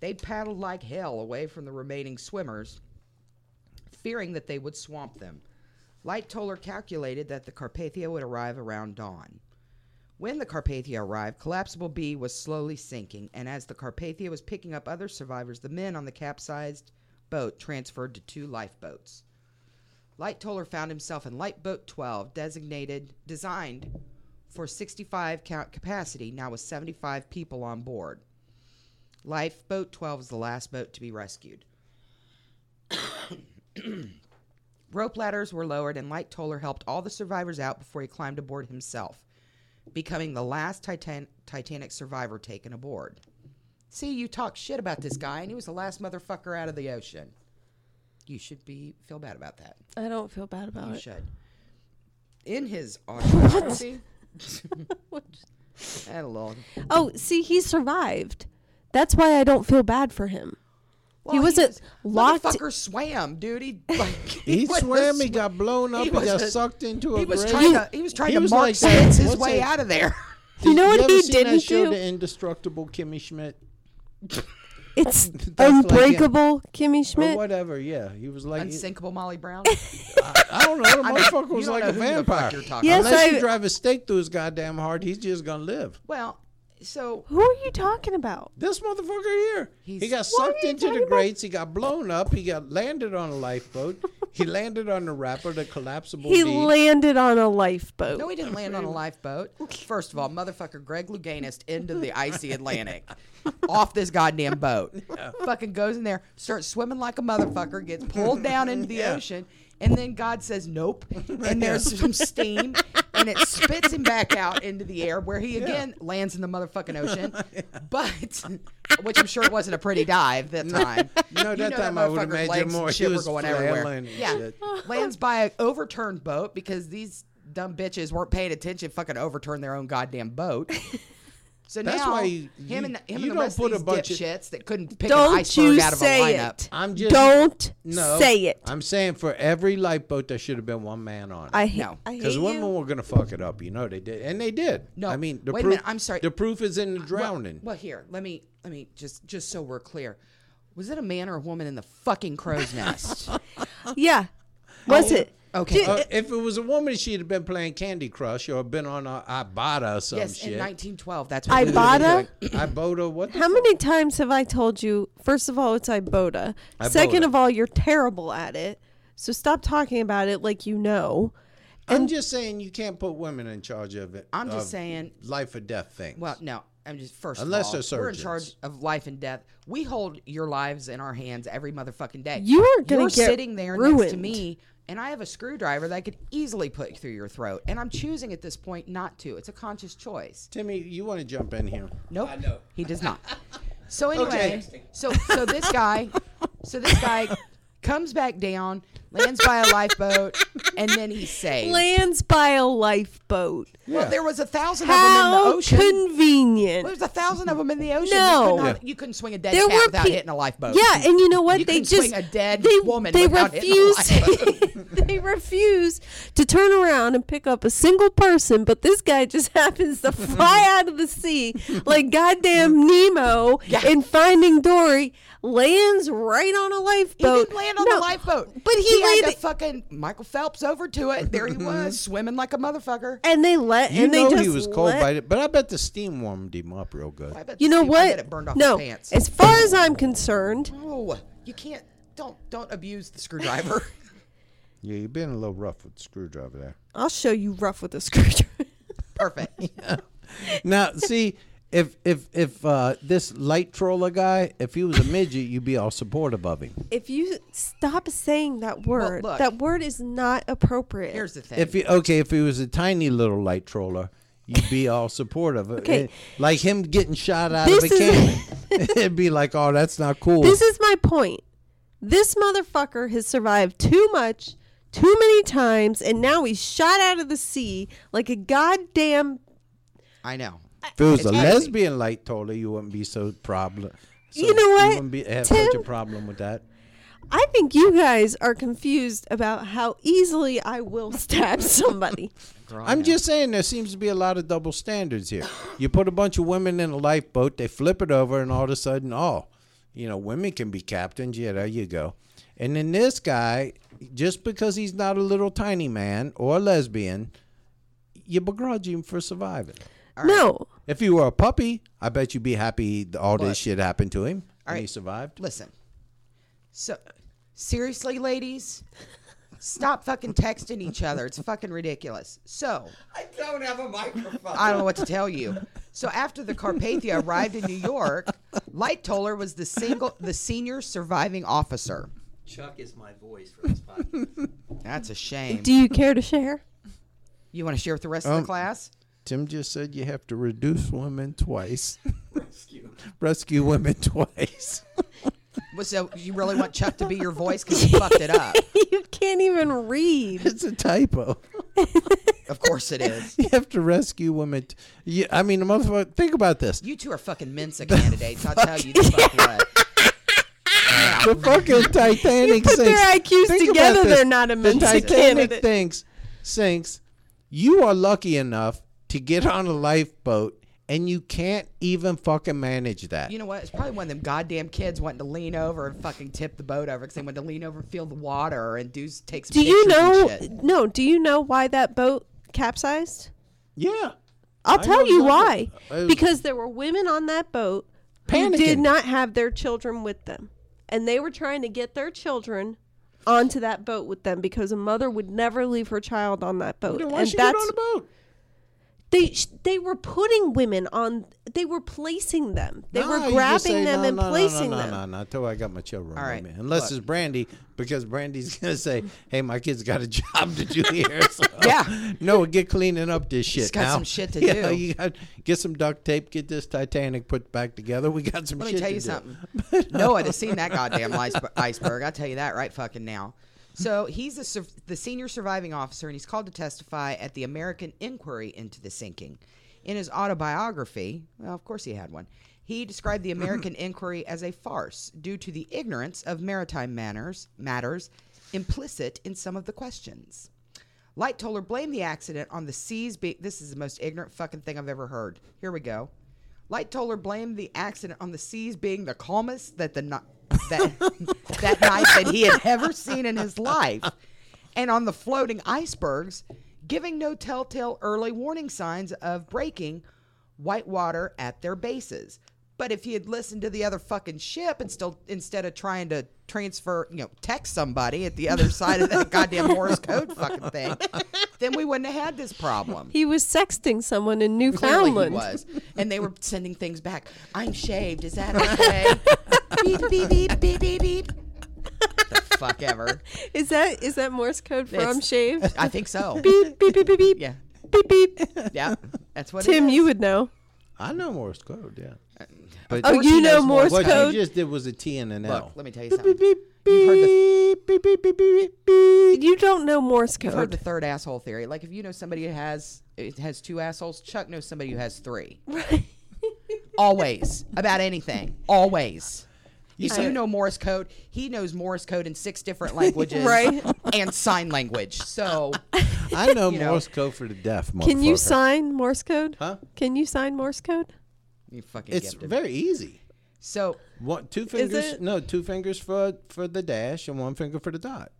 They paddled like hell away from the remaining swimmers, fearing that they would swamp them. Light Toller calculated that the Carpathia would arrive around dawn. When the Carpathia arrived, Collapsible B was slowly sinking, and as the Carpathia was picking up other survivors, the men on the capsized boat transferred to two lifeboats. Light Toller found himself in Lifeboat 12, designated designed for 65 count capacity, now with 75 people on board. Lifeboat 12 is the last boat to be rescued. Rope ladders were lowered, and Light Toller helped all the survivors out before he climbed aboard himself. becoming the last Titan- Titanic survivor taken aboard. See, you talk shit about this guy, and he was the last motherfucker out of the ocean. You should be feel bad about that.
I don't feel bad about
You
it.
should. In his autobiography, I had a little.
Oh, see, he survived. That's why I don't feel bad for him.
Well,
wasn't
was-
locked-
Motherfucker swam, dude. He like
He
was a
swam. He
sw-
got blown up. He,
was
got
a-
sucked into a
He was
grave.
trying to. He was trying
He
to
was
Mark
like that.
Spitz his
What's
way
that-
out of there.
You know what
ever
he
seen
didn't
that show,
do?
The Indestructible Kimmy Schmidt
It's
like him.
unbreakable, Kimmy
or
Schmidt.
whatever. Yeah, he was like.
Unsinkable Molly Brown.
I don't know. The
I mean,
motherfucker
you
was
don't
like
know
a
who the fuck
vampire.
you're talking
Yes,
Unless
I-
you drive a stake through his goddamn heart, he's just gonna live.
Well, so
Who are you talking about?
This motherfucker here. he
He's-
got
What are
sucked
you
into
talking
the
about?
grates. He got blown up. He got landed on a lifeboat. he landed on the wrapper, the collapsible.
He
deed.
landed on a lifeboat.
no, he didn't land on a lifeboat. First of all, motherfucker Greg Louganis into the icy Atlantic, off this goddamn boat. Fucking goes in there, starts swimming like a motherfucker, gets pulled down into the ocean, and then God says nope, and there's some steam, and it spits him back out into the air, where he again lands in the motherfucking ocean, but. Which I'm sure it wasn't a pretty dive that time.
No,
You
that
know
time I would
motherfucker's
imagine
legs and
more. He
Shit were
was
going everywhere.
flailing and
yeah,
shit.
lands by an overturned boat because these dumb bitches weren't paying attention. Fucking overturned their own goddamn boat. So
That's
now
why you-
him and the,
you
him and the
don't
rest
put a
of these
bunch of-
dipshits that couldn't pick an
Don't
iceberg
you
out of a
say
lineup.
it.
I'm just
Don't
no,
say it.
I'm saying for every lifeboat there should have been one man on it.
I hate.
No.
I hate
Because
you.
women were gonna fuck it up, you know they did, and they did.
No,
I mean the
wait a
proof.
minute, I'm sorry.
The proof is in the
Well-
drowning.
Well, here, let me let me just just so we're clear. Was it a man or a woman in the fucking crow's nest?
Yeah. Was it?
Oh. Okay.
Uh, if it was a woman, she'd have been playing Candy Crush or been on a Ibotta or some
yes,
shit.
in 1912. That's what we were
Ibotta?
doing.
Ibotta, what? The
How many times have I told you? First of all, it's Ibotta. Second
Ibotta.
of all, you're terrible at it. So stop talking about it like you know.
I'm just saying you can't put women in charge of it.
I'm just
of
saying-
life or death things.
Well, no. I'm just first.
Unless
of all,
they're
we're in charge
surgeons.
of life and death. We hold your lives in our hands every motherfucking day.
You are gonna
You're
get
sitting there next to
ruined.
me, and I have a screwdriver that I could easily put through your throat, and I'm choosing at this point not to. It's a conscious choice.
Timmy, you want to jump in here?
Nope. He does not. So anyway, so so this guy, so this guy comes back down, lands by a lifeboat, and then he's saved.
Lands by a lifeboat.
Well, there was a thousand of them in
How
the ocean.
convenient.
There's a thousand of them in the ocean.
No.
you could, not,
Yeah.
you couldn't swing a dead
There
cat
were
without
pe-
hitting a lifeboat.
Yeah, and you know what?
You
they
couldn't
just
swing a dead
they,
woman
They
without hitting a
refuse. they refuse to turn around and pick up a single person. But this guy just happens to fly out of the sea like goddamn Nemo in Finding Dory. Lands right on a
He
lifeboat.
didn't land on
No,
the lifeboat.
but he, Mm-hmm.
had
landed,
the fucking Michael Phelps over to it. There he was, swimming like a motherfucker.
and they let,
You
and they
know
just
he was cold
let-
by it, but I bet the steam warmed him up real good.
I bet
You know
Steve-
what?
I bet it burned off
no,
his pants.
as far as I'm concerned,
oh, you can't. Don't don't abuse the screwdriver.
Yeah, you've been a little rough with the screwdriver there.
I'll show you rough with a screwdriver.
Perfect.
Now, see, if if if uh, this light troller guy, if he was a midget, you'd be all supportive of him.
If you stop saying that word,
look.
that word is not appropriate.
Here's the thing.
If he okay, if he was a tiny little light troller, you'd be all supportive.
Okay.
Eh, like him getting shot out
This
of a
is-
cannon. It'd be like, oh, that's not cool.
this is my point. This motherfucker has survived too much, too many times, and now he's shot out of the sea like a goddamn.
I know.
if it was a
crazy.
lesbian light troller, you wouldn't be so problem. so
You know what,
You wouldn't be, have such a
Tim?
problem with that.
I think you guys are confused about how easily I will stab somebody.
I'm just saying there seems to be a lot of double standards here. You put a bunch of women in a lifeboat, they flip it over, and all of a sudden, oh, you know, women can be captains. Yeah, there you go. And then this guy, just because he's not a little tiny man or a lesbian, you begrudge him for surviving.
No,
If he were a puppy, I bet you'd be happy th- all
But-
this shit happened to him and he
right.
survived.
Listen. So seriously, ladies, stop fucking texting each other. It's fucking ridiculous. So
I don't have a microphone.
I don't know what to tell you. So after the Carpathia arrived in New York, Light Toller was the single, the senior surviving officer.
Chuck is my voice for this podcast.
That's a shame.
do you care to share?
You want to share with the rest of the class?
Tim just said you have to reduce women twice. Rescue. Rescue women twice.
Well, So you really want Chuck to be your voice because you fucked it up?
you can't even read.
it's a typo.
Of course it is.
You have to rescue women. T- yeah, I mean, the motherfucker. Think about this.
You two are fucking Mensa candidates. I'll tell you the fuck what.
The fucking Titanic
put their
sinks.
IQs
Think about
together,
this.
they're not a Mensa
The Titanic
candidate.
thinks, sinks. You are lucky enough to get on a lifeboat, and you can't even fucking manage that.
You know what? It's probably one of them goddamn kids wanting to lean over and fucking tip the boat over because they want to lean over and feel the water and do s- take some
Do you
pictures and
know?
shit.
No. Do you know why that boat capsized?
yeah.
I'll
I
tell
know
you
nothing.
why.
Uh,
Because there were women on that boat who did
Panicking.
not have their children with them, and they were trying to get their children onto that boat with them because a mother would never leave her child on that boat.
Then why
and
she get
that's
on the boat?
they sh- they were putting women on. They were placing them. They
No, you
were
just
grabbing
say,
them
no,
and
no, no,
placing
no, no,
them.
No, no, no, until I got my children.
All
with
right,
me. Unless it's Brandy, because Brandy's gonna say, "Hey, my kid's got a job to do here." So
Yeah.
no, get cleaning up this shit.
got
now.
some shit to
You know,
do.
you got get some duct tape, get this Titanic put back together. We got some
Let
shit
me tell
to
you
do.
something. Noah'd have seen that goddamn ice- iceberg. I'll tell you that right fucking now. So he's the, sur- the senior surviving officer, and he's called to testify at the American Inquiry into the Sinking. In his autobiography, well, of course he had one, he described the American Inquiry as a farce due to the ignorance of maritime manners, matters implicit in some of the questions. Light Toller blamed the accident on the seas being. This is the most ignorant fucking thing I've ever heard. Here we go. Light Toller blamed the accident on the seas being the calmest that the ni- that that night that he had ever seen in his life, and on the floating icebergs, giving no telltale early warning signs of breaking white water at their bases. But if he had listened to the other fucking ship and still instead of trying to transfer, you know, text somebody at the other side of that goddamn Morse code fucking thing, then we wouldn't have had this problem.
He was sexting someone in
Clearly
Newfoundland.
he was. And they were sending things back. I'm shaved. Is that okay? beep, beep, beep, beep, beep, beep. the fuck ever.
Is that is that Morse code for
It's-
I'm shaved?
I think so.
beep beep beep beep beep.
Yeah.
Beep beep.
Yeah. That's what
Tim,
it is.
you would know.
I know Morse code,
Uh,
yeah. But
Oh,
course
you
he
know
knows
Morse
Morse
what
code.
you just did was a T and an
Look,
L.
let me tell you
Beep,
something.
beep, beep,
You've heard the
beep, beep, beep, beep, beep, beep.
You don't know Morse code.
You've heard the third asshole theory. Like if you know somebody who has it has two assholes, Chuck knows somebody who has three. Always about anything. Always. If you know Morse code, he knows Morse code in six different languages
Right.
and sign language. So
I know
You know.
Morse code for the deaf.
Can you
motherfucker.
sign Morse code?
Huh?
Can you sign Morse code?
you fucking
It's
gifted.
very easy.
so
One, two fingers.
it-
No, two fingers for for the dash and one finger for the dot.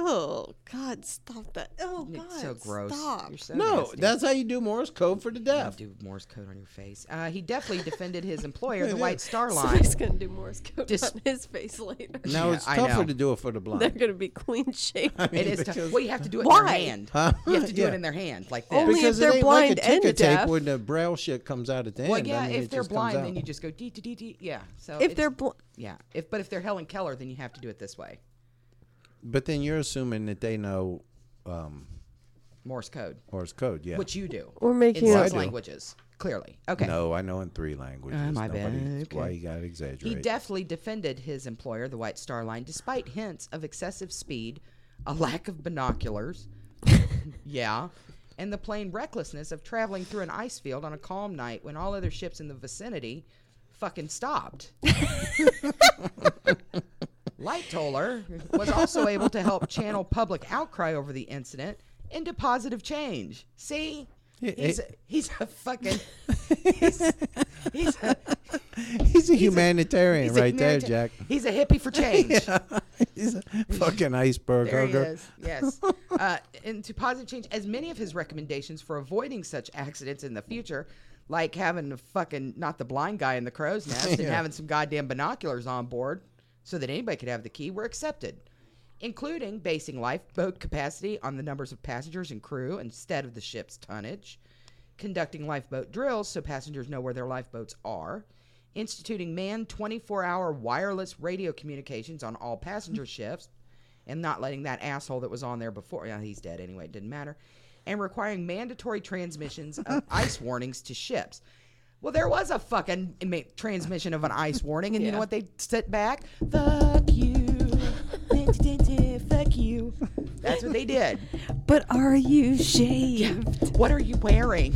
Oh God, stop that! Oh God,
it's so gross.
Stop.
You're so
no,
nasty.
that's how you do Morse code for the
You
deaf.
do Morse code on your face. Uh, he definitely defended his employer, the
Yeah.
White Star Line.
Somebody's gonna do Morse code
Dis-
on his face later.
Now
Yeah,
it's
I
tougher
know.
to do it for the
They're
blind.
gonna be clean shaven.
It is tough. Well, you have to do it in
Why?
their hand. You have to do
Yeah. Oh
it in their hand, like this.
Only if
Because
they're
it ain't
blind
like a
and
ticker tape
deaf.
when the braille shit comes out at the
Well,
end.
yeah,
I mean,
if
it
they're
just comes
blind, then
out.
you just go dee dee dee dee. Yeah. So
If
it's-
they're bl-
yeah, if but if they're Helen Keller, then you have to do it this way,
But then you're assuming that they know um,
Morse code,
Morse code. Yeah.
which you do.
We're making
in
it-
six
I do.
languages clearly. Okay.
No, I know in three languages.
Ah,
my bad.
Nobody-
Okay.
Why you gotta exaggerate?
He deftly defended his employer, the White Star Line, despite hints of excessive speed, a lack of binoculars, yeah, and the plain recklessness of traveling through an ice field on a calm night when all other ships in the vicinity fucking stopped. Light Toller was also able to help channel public outcry over the incident into positive change. See? He's a, he's a fucking he's, he's a
He's a humanitarian
He's a
right there,
humanitarian-
Jack.
He's a hippie for change.
He's a fucking iceberg
There he
hugger.
is. Yes. Uh, and to positive change, as many of his recommendations for avoiding such accidents in the future, like having the fucking not the blind guy in the crow's nest and having some goddamn binoculars on board so that anybody could have the key, were accepted, including basing lifeboat capacity on the numbers of passengers and crew instead of the ship's tonnage, conducting lifeboat drills so passengers know where their lifeboats are. Instituting manned 24 hour wireless radio communications on all passenger ships, and not letting that asshole that was on there before. Yeah, he's dead anyway. It didn't matter. and requiring mandatory transmissions of ice warnings to ships. Well, there was a fucking ma- transmission of an ice warning, and you know what? They sent back, "Fuck you, fuck you." That's what they did.
But are you shaved?
What are you wearing?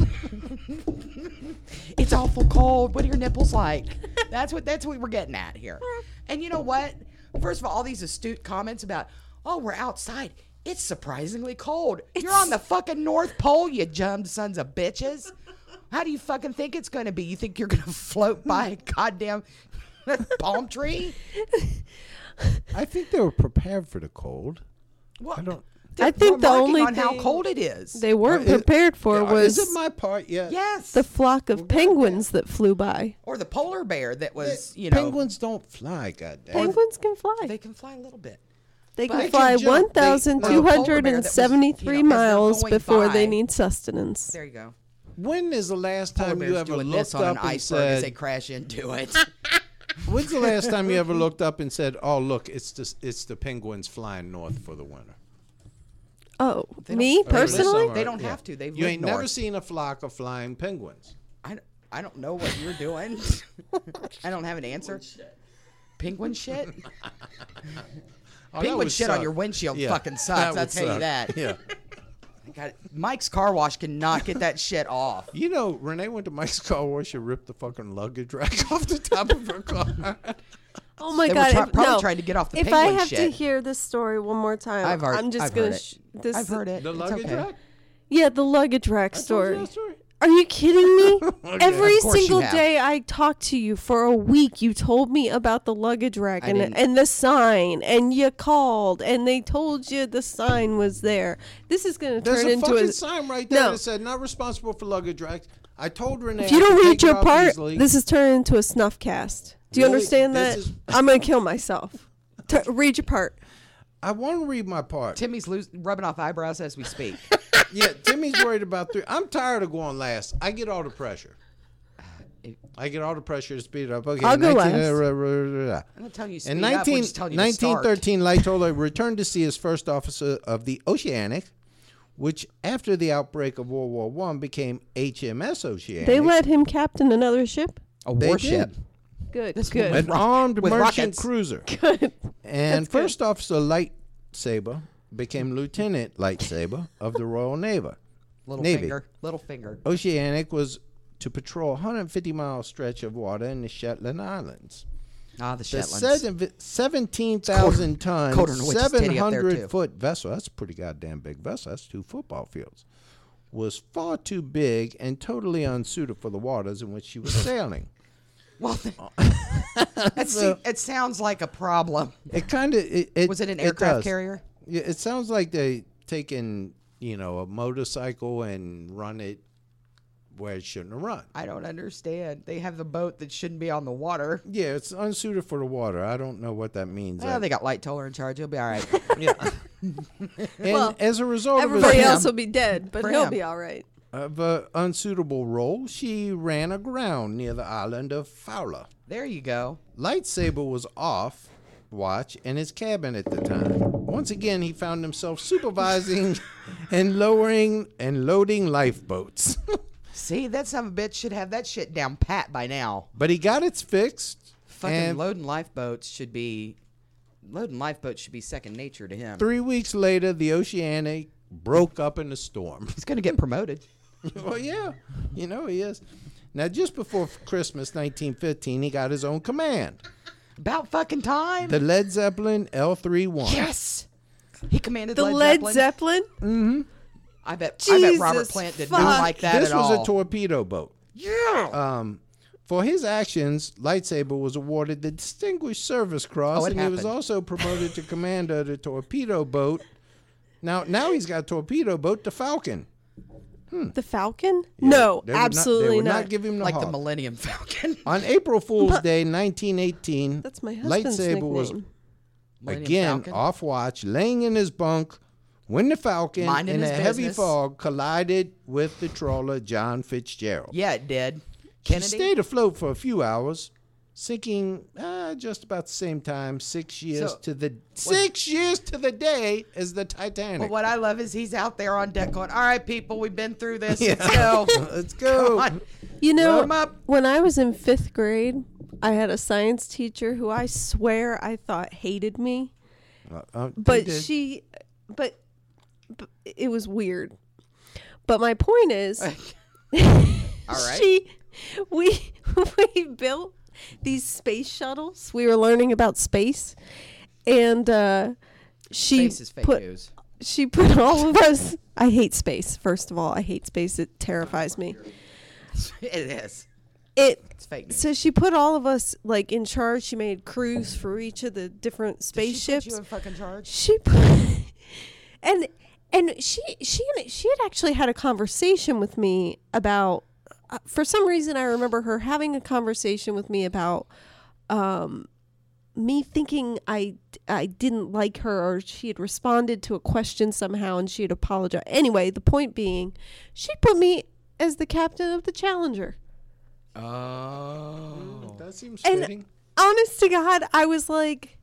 it's awful cold. What are your nipples like? That's what that's what we're getting at here. And you know what? First of all, all these astute comments about, oh, we're outside. It's surprisingly cold. You're on the fucking North Pole, you jummed sons of bitches. How do you fucking think it's gonna be? You think you're gonna float by a goddamn palm tree?
I think they were prepared for the cold.
Well,
I don't.
I think the
remarking
only
on how
thing
cold it is.
They weren't
Uh, it-
prepared for
Yeah,
was
Is it my part yet?
yes,
the flock of penguins that flew by.
or the polar bear that was, you know,
Penguins don't fly, goddamn.
Penguins can fly.
They can fly a little bit.
They
But-
can
They uh,
fly
can jump. They- well,
polar bear that was, you know,
1,273
as they're
miles
going
before
by-
they need sustenance.
There you go.
When is the last
Polar
time you
bears
ever
doing
looked
this on
up
an
and
iceberg as they
said?
crash into it.
When's the last time you ever looked up and said, "Oh, look, it's the it's the penguins flying north for the winter"?
Oh,
They don't-
me
Or this
personally?
summer. They don't have to. They've
you
lived
ain't never
north.
seen a flock of flying penguins.
I, don't- I don't know what you're doing. I don't have an answer. Penguin shit?
Oh, that
Penguin
would
shit
suck.
on your windshield
Yeah,
fucking sucks.
that
I'll
would
tell you
suck.
that.
Yeah.
God, Mike's car wash cannot get that shit off.
You know, Renee went to Mike's car wash and ripped the fucking luggage rack off the top of her car.
Oh my
They were
god!
try-
if-
probably
no.
trying to get off the
If I
penguin
have to
shit.
hear this story one more time,
I've heard.
am just
I've
gonna.
heard
sh-
it.
this
I've heard it.
The
It's
luggage
okay.
rack?
Yeah, the luggage rack
I told you
story.
that story?
Are you kidding me? Every
Of course you
single
have.
day I talked to you for a week, you told me about the luggage rack
I
and,
didn't-
and the sign, and you called, and they told you the sign was there. This is going to
There's
turn
a
into
fucking
a
sign right there
No.
that said not responsible for luggage racks. I told Renee.
If you don't
I could
read
take it
your
off
part,
easily.
this is turning into a snuff cast. Do you
Really?
understand
This
that?
is-
I'm going to kill myself. T- read your part.
I want to read my part.
Timmy's lose, rubbing off eyebrows as we speak.
yeah, Timmy's worried about three. I'm tired of going last. I get all the pressure. I get all the pressure to speed up. Okay,
I'll go last.
uh, rah, rah, rah, rah.
I'm not telling you to
In
speed up, we're just telling you to start.
1913, Laitola returned to sea as first officer of the Oceanic, which after the outbreak of World War One became HMS Oceanic.
They let him captain another ship?
A
They
warship.
did.
Good.
This
good.
woman-
an armed
with
merchant
rockets.
cruiser. And first officer Lightsaber became lieutenant Lightsaber of the Royal Navy.
Little
Navy.
finger. Little finger.
Oceanic was to patrol a 150 mile stretch of water in the Shetland Islands.
Ah,
The
the Shetlands.
seven- 17,000 ton,
Quarter and a witch's titty up there, too.
700 foot vessel, that's a pretty goddamn big vessel, that's two football fields, was far too big and totally unsuited for the waters in which she was sailing.
Well, that se- it sounds like a problem.
It kind of it, it
Was it an
it
aircraft
does.
carrier?
Yeah, it sounds like they taken you know a motorcycle and run it where it shouldn't have run.
I don't understand. They have the boat that shouldn't be on the water.
Yeah, it's unsuited for the water. I don't know what that means.
Oh,
I-
they got light toller in charge. He'll be all right.
and as a result of,
Everybody
his,
else will be dead, but
For
he'll
him.
be all right.
of a unsuitable role, she ran aground near the island of Fowler.
there you go.
Lightsaber was off watch in his cabin at the time. Once again, he found himself supervising and lowering and loading lifeboats.
See, that son of a bitch should have that shit down pat by now.
But he got its fixed.
Fucking
and
loading lifeboats should be loading lifeboats should be second nature to him.
three weeks later, the Oceanic broke up in a storm.
He's gonna get promoted.
well, yeah, you know he is. Now, just before Christmas 1915, he got his own command,
About fucking time.
the Led Zeppelin L31.
yes. He commanded
The
Led,
Led
Zeppelin.
Zeppelin?
I bet. I bet Robert
Jesus
Plant did
fuck.
not like that
this
at
was
all.
a Uh, torpedo boat.
yeah.
For his actions, Lightsaber was awarded the Distinguished Service Cross,
Oh, it
and he was
happened.
also promoted to commander of the torpedo boat. Now, now he's got a torpedo boat, the Falcon.
The Falcon?
Hmm. They
no,
would not, they
absolutely
would
not.
not give him the
like the
Hawk.
Millennium Falcon.
On April Fool's Day, 1918,
That's my husband's
Lightsaber
nickname.
was
Millennium
again uh-huh.
Falcon.
off watch, laying in his bunk when the Falcon,
Minding
in a
his
heavy
business.
fog, collided with the trawler John Fitzgerald.
Yeah, it did.
She
Kennedy.
stayed afloat for a few hours, sinking uh, just about the same time, six years
So-
to the six years to the day as the Titanic.
But what I love is he's out there on deck going, all right, people, we've been through this. Let's go.
Let's go.
Come on.
You know,
Warm up.
when I was in fifth grade, I had a science teacher who I swear I thought hated me,
Uh, they
but
did.
she, but, but it was weird. But my point is,
All right.
she, we, we built these space shuttles. We were learning about space, and uh, she
Space is fake
put
news.
she put all of us. I hate space. First of all, I hate space. It terrifies me.
It is.
It
It's fake news.
so she put all of us like in charge. She made crews for each of the different spaceships.
She put you in fucking charge.
She put and and she she and she had actually had a conversation with me about uh, for some reason I remember her having a conversation with me about um me thinking I I didn't like her or she had responded to a question somehow and she had apologized. Anyway, the point being, she put me as the captain of the Challenger.
Oh.
That seems
And-
fitting.
honest to God, I was like,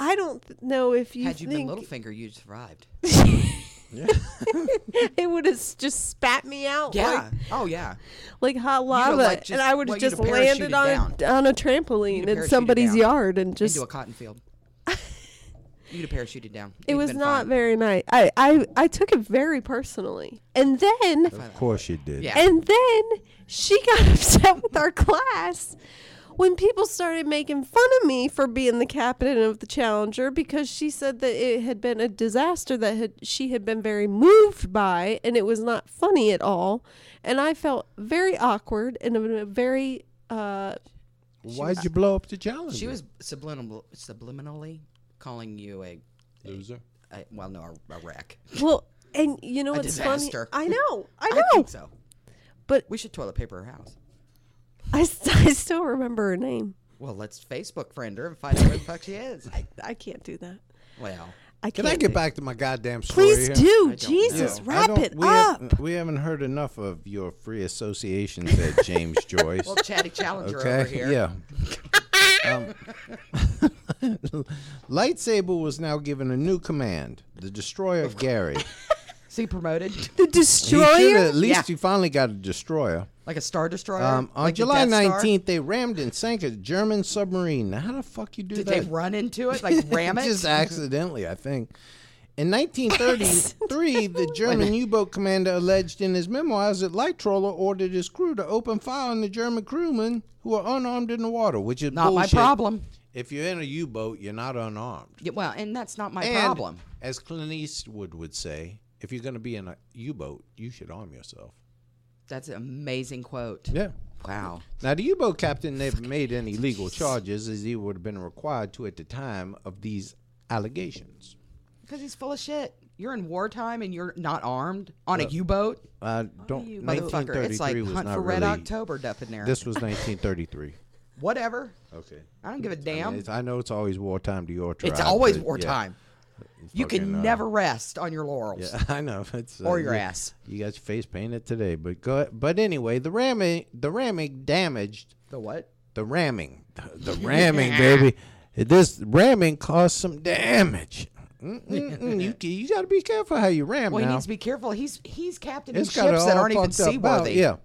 I don't th- know if you
Had you been
think
Littlefinger, you'd survived.
it would have just spat me out
Yeah. Oh, yeah.
like, like hot
have,
lava,
like, just-
and I would
well,
have
you'd
just
have parachuted
landed on a, on a trampoline
You'd have
in
parachuted
somebody's
down
yard and just.
Into a cotton field. You'd have parachuted down.
it
It'd
was
been
not
fine.
very nice. I, I I took it very personally, and then
Of course you did.
Yeah.
and then she got upset with our class when people started making fun of me for being the captain of the Challenger because she said that it had been a disaster that had, she had been very moved by and it was not funny at all. And I felt very awkward and in a very. Uh,
Why'd you blow up the challenge?
She was subliminal, subliminally calling you a,
loser.
a well, no, a, a wreck.
well, and you know
A
what's
disaster.
funny? I know, I know.
I think so.
But
We should toilet paper her house.
I, st- I still remember her name.
Well, let's Facebook friend her and find out where the fuck she is.
I, I can't do that.
Well,
I
Can
can't
I get
do-
back to my goddamn story?
Please
here?
do,
don't
Jesus,
Yeah, I
wrap
don't-
it
we
up.
Have, we haven't heard enough of your free association, said James Joyce.
well, chatty challenger
okay,
over here.
yeah. um, Lightsaber was now given a new command: the destroyer Gary.
See, promoted
The
He should
destroyer.
at least
Yeah.
he finally got a destroyer.
like a star destroyer.
Um, on
like the
July
Death Star?
19th, they rammed and sank a German submarine. Now, how the fuck you do
did
that?
they run into it? Like ram it?
Just accidentally, I think. In 1933, the German U boat commander alleged in his memoirs that Lightroller ordered his crew to open fire on the German crewmen who were unarmed in the water, which is
not my
bullshit.
problem.
If you're in a U boat, you're not unarmed.
Yeah, well, and that's not my
And,
problem.
As Clint Eastwood would say, if you're going to be in a U boat, you should arm yourself.
That's an amazing quote.
Yeah.
Wow.
Now, the U boat captain never made any legal charges as he would have been required to at the time of these allegations.
Because he's full of shit. You're in wartime and you're not armed on a U-boat,
I don't.
motherfucker.
1933
It's like
was
hunt
not
for Red
really-
October up in there.
This was 1933.
Whatever.
okay.
I don't give a damn.
It's- I know it's always wartime to your tribe.
it's always
but, yeah.
wartime. you can
Fucking, uh,
never rest on your laurels.
Yeah, I know. It's, uh,
Or your
you-
ass.
You got your face painted today, but go. But anyway, the ramming, the ramming damaged
The what?
the ramming, the, the ramming, baby. This ramming caused some damage. Mm-mm-mm. you you got to be careful how you ram
Well,
now.
he needs to be careful. He's he's captaining
It's
ships
got it
that
all
aren't even
fucked up bow-
seaworthy.
Yeah.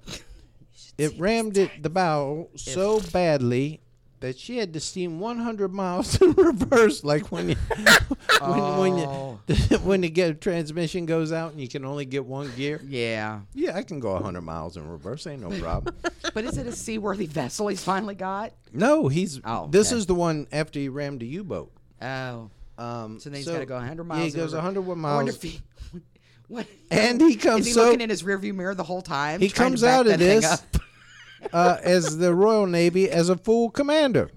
It rammed it the bow so badly that she had to steam 100 miles in reverse, like when you when, when
Oh.
you when you get transmission goes out and you can only get one gear.
Yeah.
Yeah, I can go 100 miles in reverse, ain't no problem.
But is it a seaworthy vessel he's finally got?
no, he's
Oh,
this
okay.
is the one after he rammed a U-boat.
Oh.
Um,
So then he's got to go 100 miles.
Yeah, he goes
over.
101
I wonder
miles.
if he- what-
And he
Is
comes
he
so-
looking in his rearview mirror the whole time?
He
trying to
comes
back
out of
that thing
this
up?
uh, as the Royal Navy as a full commander.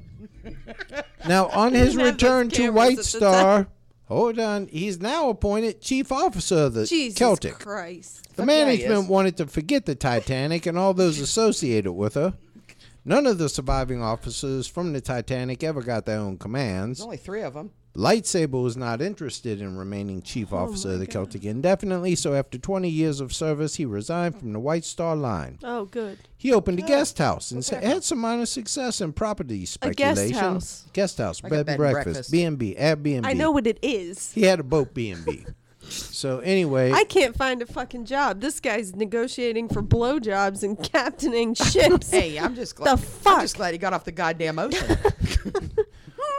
Now, on his
didn't have
return
those
to
cameras at
White
the
Star, hold on, he's now appointed chief officer of the
Jesus
Celtic.
Christ.
The
Fuck yeah, he
management
is.
wanted to forget the Titanic and all those associated with her. None of the surviving officers from the Titanic ever got their own commands.
There's only three of them.
Lightsaber was not interested in remaining chief
Oh
officer of the Celtic indefinitely, so after 20 years of service, he resigned from the White Star Line.
Oh, good.
He opened a guest house and sa- had some minor success in property speculation.
house.
Guest house,
Like a
bed, and breakfast, B and B, Airbnb.
I know what it is.
He had a boat B and B. So anyway,
I can't find a fucking job. This guy's negotiating for blowjobs and captaining ships.
Hey, I'm just glad. I'm
fuck?
just glad he got off the goddamn ocean.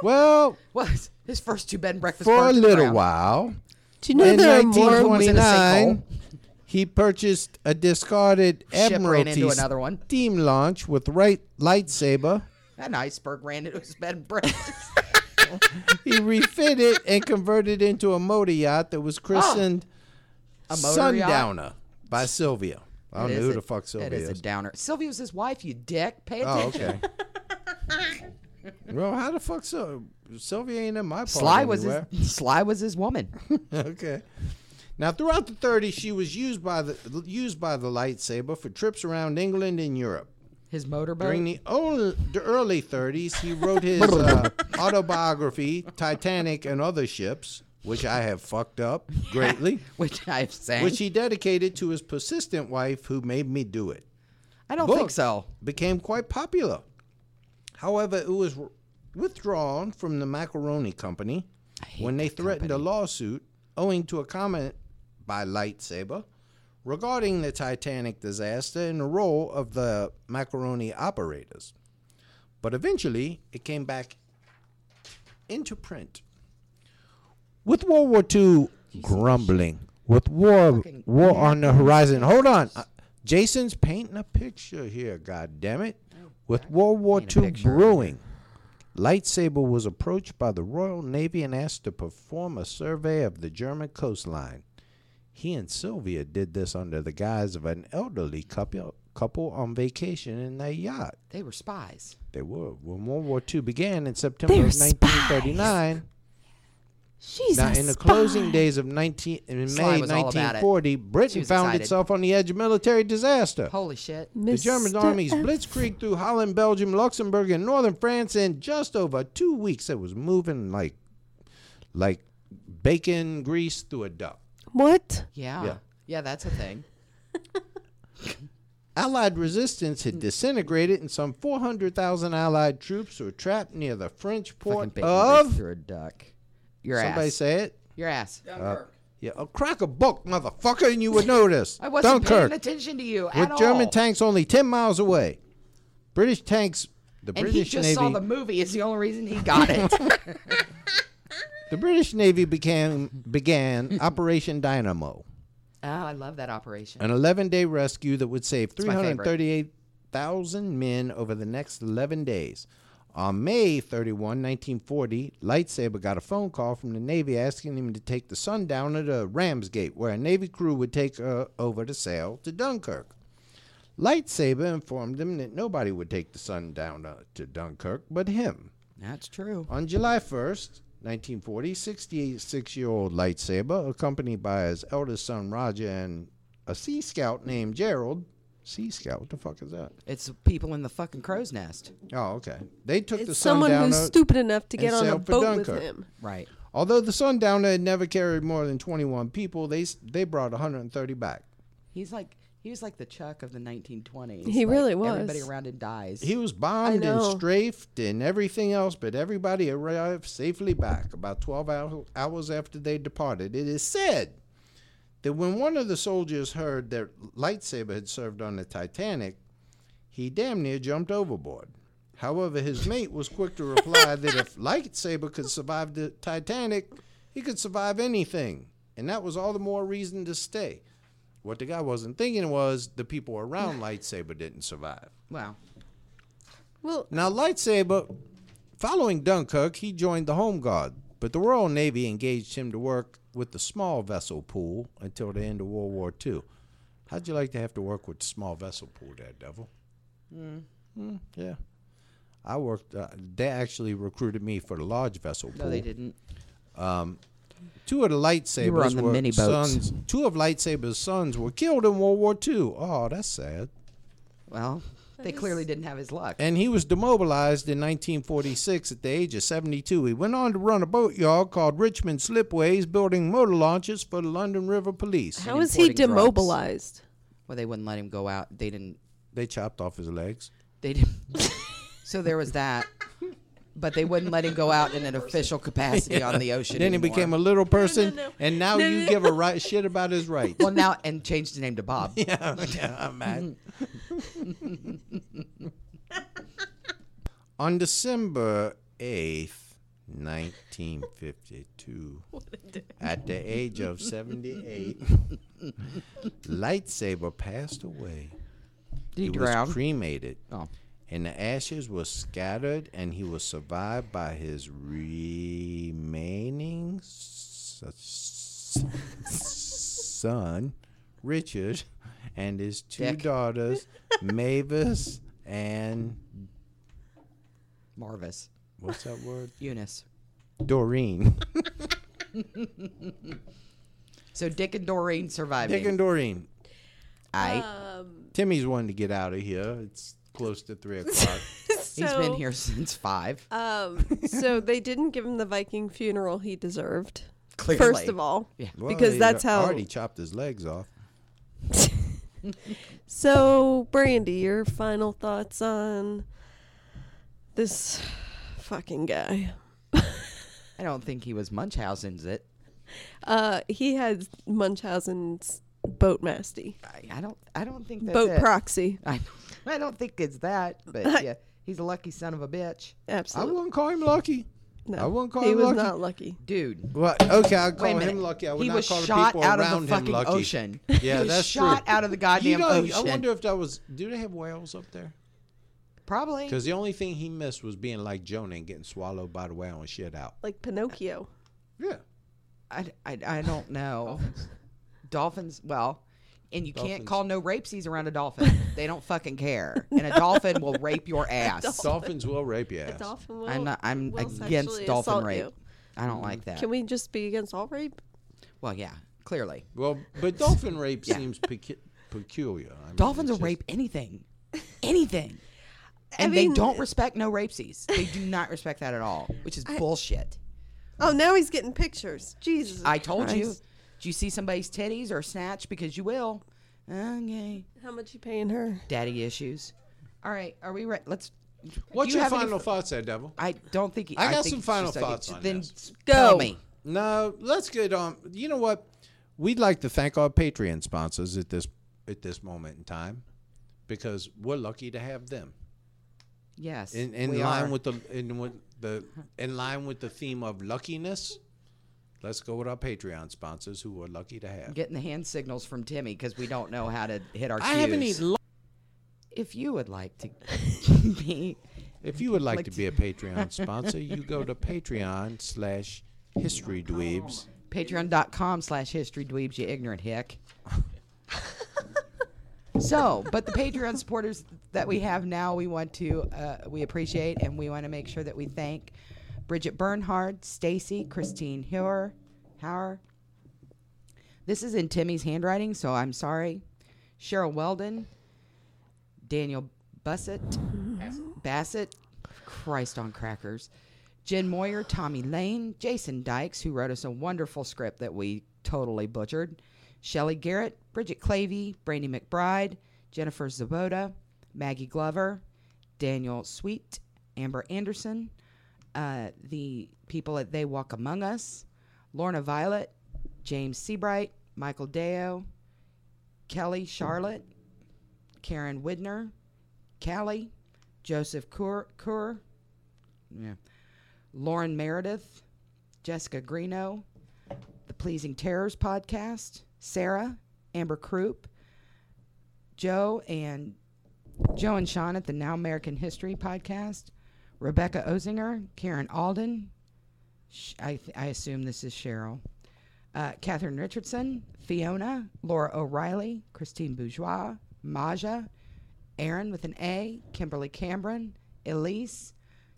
well,
was his first two bed and breakfast
for a
burgers
little
around.
while,
Do you know
in
there are more?
twenty- in a
1929,
sinkhole.
he purchased a discarded
ran
Admiralty
into another one.
steam launch with right lightsaber.
An iceberg ran into his bed and breakfast.
He refitted it and converted it into a motor yacht that was christened
A motor yacht?
Sundowner by Sylvia. I don't
It
know
is
who
a-
the fuck Sylvia
It is a downer. Sylvia's his wife. You dick. Pay
Oh,
attention.
okay. well, how the fuck so Sylvia ain't in my part
Sly was
anywhere.
his. Sly was his woman.
okay. Now, throughout the 30s, she was used by the used by the lightsaber for trips around England and Europe.
His motorboat.
During the, ol- the early 30s, he wrote his uh, autobiography, Titanic and Other Ships, which I have fucked up greatly,
which I've sang.
which he dedicated to his persistent wife who made me do it
I don't
book
think so.
became quite popular. However, it was withdrawn from the macaroni company when they threatened a lawsuit owing to a comment by Lightsaber regarding the Titanic disaster and the role of the macaroni operators. But eventually, it came back into print. With World War II grumbling, with war war on the horizon. Hold on, Uh, Jason's painting a picture here. God damn it! With World War II brewing, Lightsaber was approached by the Royal Navy and asked to perform a survey of the German coastline. He and Sylvia did this under the guise of an elderly couple couple on vacation in their yacht.
They were spies.
They were. When World War II began in September
They're
of 1939.
She's
Now,
a
in the
spy.
closing days of 19, in May
Sly was all about it.
1940,
She
Britain
was
found
excited.
itself on the edge of military disaster.
Holy shit.
The German
Mr.
armies
F.
blitzkrieg through Holland, Belgium, Luxembourg, and northern France in just over two weeks. It was moving like, like bacon grease through a duck.
What?
Yeah.
Yeah.
Yeah, that's a thing.
Allied resistance
Mm.
had disintegrated, and some 400,000 Allied troops were trapped near the French
Fucking
port
big leap
of.
through a duck. Your
Somebody
ass. Uh,
say it.
Your ass.
Yeah, oh, crack a book, motherfucker, and you would notice.
I wasn't
Dunkirk,
paying attention to you
with
at all.
German tanks only ten miles away. British tanks. The
and he
British
just
Navy.
saw the movie. Is the only reason he got it.
the British Navy became began Operation Dynamo,
oh, I love that operation.
an eleven-day rescue that would save three
my
hundred
favorite.
thirty-eight thousand men over the next eleven days. On May 31, 1940, Lightsaber got a phone call from the Navy asking him to take the Sundowner to Ramsgate, where a Navy crew would take her over to sail to Dunkirk. Lightsaber informed him that nobody would take the Sundowner to Dunkirk but him.
That's true.
On July 1st, 1940, 66 year old Lightsaber, accompanied by his eldest son Roger and a Sea Scout named Gerald. Sea Scout? What the fuck is that?
It's people in the fucking crow's nest.
Oh, okay. They took the
It's someone
Sundowner.
who's stupid enough to
and
get on a
sailed for
boat with
Dunkirk.
him.
Right.
Although the Sundowner had never carried more than 21 people, they, s- they brought 130 back.
He's like he was like the Chuck of the 1920s.
He
Like,
really was.
Everybody around him dies.
He was bombed and
know.
strafed and everything else, but everybody arrived safely back about 12 hou- hours after they departed. It is said that when one of the soldiers heard that lightsaber had served on the Titanic, he damn near jumped overboard. However, his mate was quick to reply that if lightsaber could survive the Titanic, he could survive anything, and that was all the more reason to stay. What the guy wasn't thinking was the people around lightsaber didn't survive.
wow.
Well,
Now, Lightsaber, following Dunkirk, he joined the Home Guard, but the Royal Navy engaged him to work with the small vessel pool until the end of World War II. How'd you like to have to work with the small vessel pool, there, devil?
Hmm.
Mm. yeah. I worked, uh, they actually recruited me for the large vessel pool.
No, they didn't.
Two of the lightsabers
were on the
were
mini boats.
sons, two of Lightsaber's sons were killed in World War II. Oh, that's sad.
Well, They clearly didn't have his luck.
and he was demobilized in 1946 at the age of 72. He went on to run a boatyard called Richmond Slipways, building motor launches for the London River Police.
How is he
importing drugs.
demobilized?
well, they wouldn't let him go out. They didn't.
They chopped off his legs.
They didn't. so there was that. But they wouldn't let him go out in an official capacity on the ocean.
Then he
anymore.
became a little person, and now you give a right shit about his rights.
well now and changed the name to Bob.
yeah, yeah, I'm mad. On December 8th, 1952, at the age of 78, Lightsaber passed away.
Did he
was
drown?
cremated,
Oh.
and the ashes were scattered, and he was survived by his remaining s- s- son, Richard, and his two
Dick.
daughters, Mavis and
Marvis.
what's that word?
Eunice.
Doreen.
So Dick and Doreen survived.
Dick and Doreen.
I.
Uh,
Timmy's wanting to get out of here. It's close to three o'clock.
He's
So-
been here since five.
Um, so they didn't give him the Viking funeral he deserved.
clearly.
First of all,
Well,
because
they
that's how.
already chopped his legs off.
So, Brandy, your final thoughts on this fucking guy?
I don't think he was Munchausen's it.
Uh, he had Munchausen's boat masty,
I, I don't. I don't think that's
boat
it.
proxy.
I, I don't think it's that. But yeah, he's a lucky son of a bitch,
I
Absolutely,
wouldn't call him lucky.
no.
I wouldn't call
he
him
was
lucky.
not lucky.
dude.
Well, okay, I'll
Wait a
call him
minute.
lucky. I would
He
not
was
call
shot
the people
out of the
around him
fucking
lucky.
ocean.
Yeah,
He was
that's
shot
true.
out of the
You
goddamn
know,
ocean.
I wonder if that was. Do they have whales up there?
Probably.
Because the only thing he missed was being like Jonah and getting swallowed by the whale and shit out.
Like Pinocchio.
Yeah.
I, I, I don't know. dolphins. Well, and you can't
Dolphins.
call no rapesies around a dolphin. they don't fucking care. And a dolphin will rape your ass.
Dolphins will rape your ass.
Dolphin will,
I'm not. I'm
will
against
sexually
dolphin
assault
rape.
you.
I don't like that.
Can we just be against all rape?
well, yeah, clearly.
Well, but dolphin rape seems pecu- peculiar. I mean,
Dolphins
it's
will
just-
rape anything, anything, and
mean-
they don't respect no rapesies. They do not respect that at all, which is bullshit.
Oh, now he's getting pictures. Jesus.
I told you.
Christ.
Do you see somebody's titties or snatch? Because you will. Okay.
How much you paying her?
Daddy issues. All right. Are we ready? Let's.
What's
do you
your
have any
final
f-
thoughts there, Devil?
I don't think.
I got
think
some
it's
final
just like-
thoughts on
Then
this.
s- tell
Go.
me.
No, let's get on. You know what? We'd like to thank our Patreon sponsors at this at this moment in time because we're lucky to have them.
Yes.
In in
we
line
are.
with the in with the in line with the theme of luckiness. Let's go with our Patreon sponsors who we're lucky to have.
getting the hand signals from Timmy because we don't know how to hit our.
I haven't
cues.
even. Lo-
If you would like to be
if you would like,
Like
to
to-
be a Patreon sponsor, you go to Patreon slash History Dweebs.
patreon.com slash history dweebs you ignorant hick so but the patreon supporters that we have now we want to uh, we appreciate and we want to make sure that we thank bridget bernhard stacy christine Heuer, Hauer. this is in timmy's handwriting so i'm sorry cheryl weldon daniel bussett bassett christ on crackers Jen Moyer, Tommy Lane, Jason Dykes, who wrote us a wonderful script that we totally butchered, Shelley Garrett, Bridget Clavey, Brandy McBride, Jennifer Zaboda, Maggie Glover, Daniel Sweet, Amber Anderson, uh, the people at They Walk Among Us, Lorna Violet, James Seabright, Michael Deo, Kelly Charlotte, Karen Widner, Callie, Joseph Kur, Kur yeah. Lauren Meredith, Jessica Greeno, the Pleasing Terrors podcast, Sarah, Amber Croup, Joe and Joe and Sean at the Now American History podcast, Rebecca Ozinger, Karen Alden, Sh- I, th- I assume this is Cheryl, uh, Catherine Richardson, Fiona, Laura O'Reilly, Christine Bourgeois, Maja, Aaron with an A, Kimberly Cameron, Elise,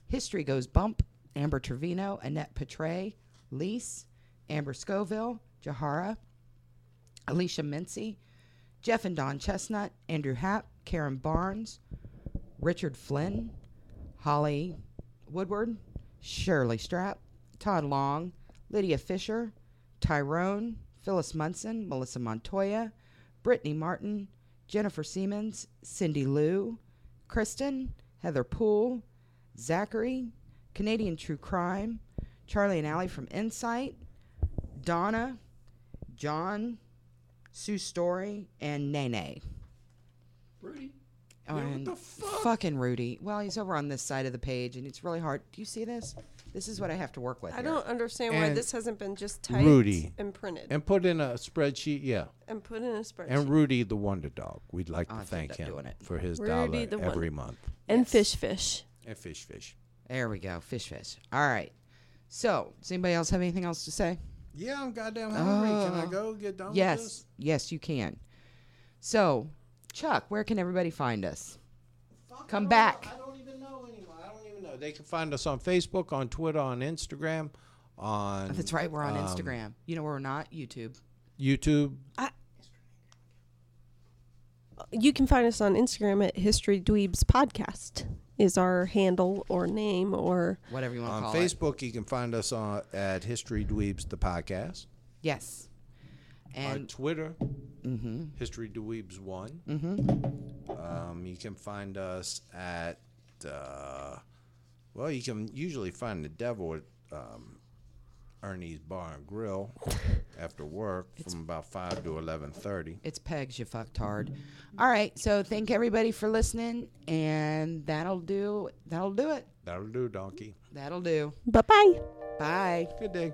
History Goes Bump, Amber Trevino, Annette Petray, Lise, Amber Scoville, Jahara, Alicia Mincy, Jeff and Don Chestnut, Andrew Happ, Karen Barnes, Richard Flynn, Holly Woodward, Shirley Strap, Todd Long, Lydia Fisher, Tyrone, Phyllis Munson, Melissa Montoya, Brittany Martin, Jennifer Siemens, Cindy Lou, Kristen, Heather Poole, Zachary, Canadian True Crime, Charlie and Allie from Insight, Donna, John, Sue Story, and Nene. Oh,
Rudy.
And Fucking Rudy. Well, he's over on this side of the page, and it's really hard. Do you see this? This is what I have to work with.
I
here.
don't understand why
And
this hasn't been just typed
Rudy.
and printed and,
And put in a spreadsheet, yeah.
put in a spreadsheet.
And
And,
Rudy the Wonder Dog. We'd like
I'll
to
have to
thank
end up
him
doing it.
for his
Rudy
dollar
the Won-
every month.
fish fish.
And fish fish.
There we go. Fish, fish. All right. So, does anybody else have anything else to say?
Yeah, I'm goddamn hungry. Can I
Oh.
go get done with
yes.
this?
Yes, you can. So, Chuck, where can everybody find us? Come back.
I don't even know anymore. I don't even know. They can find us on Facebook, on Twitter, on Instagram, on um,
That's right. We're on Instagram. You know, we're not YouTube.
YouTube.
You can find us on Instagram at History Dweebs Podcast is our handle or name or
Whatever you want to
On
call it.
Facebook, you can find us on at History Dweebs the podcast.
Yes.
on
And Mm-hmm.
Twitter, History Dweebs One. Um, you can find us at, uh, well, you can usually find the devil at um, Ernie's Bar and Grill after work from about five to eleven thirty.
it's pegs, you fucktard. All right. So, thank everybody for listening, and that'll do. That'll do it.
That'll do, donkey.
That'll do.
bye bye.
Bye.
Good day.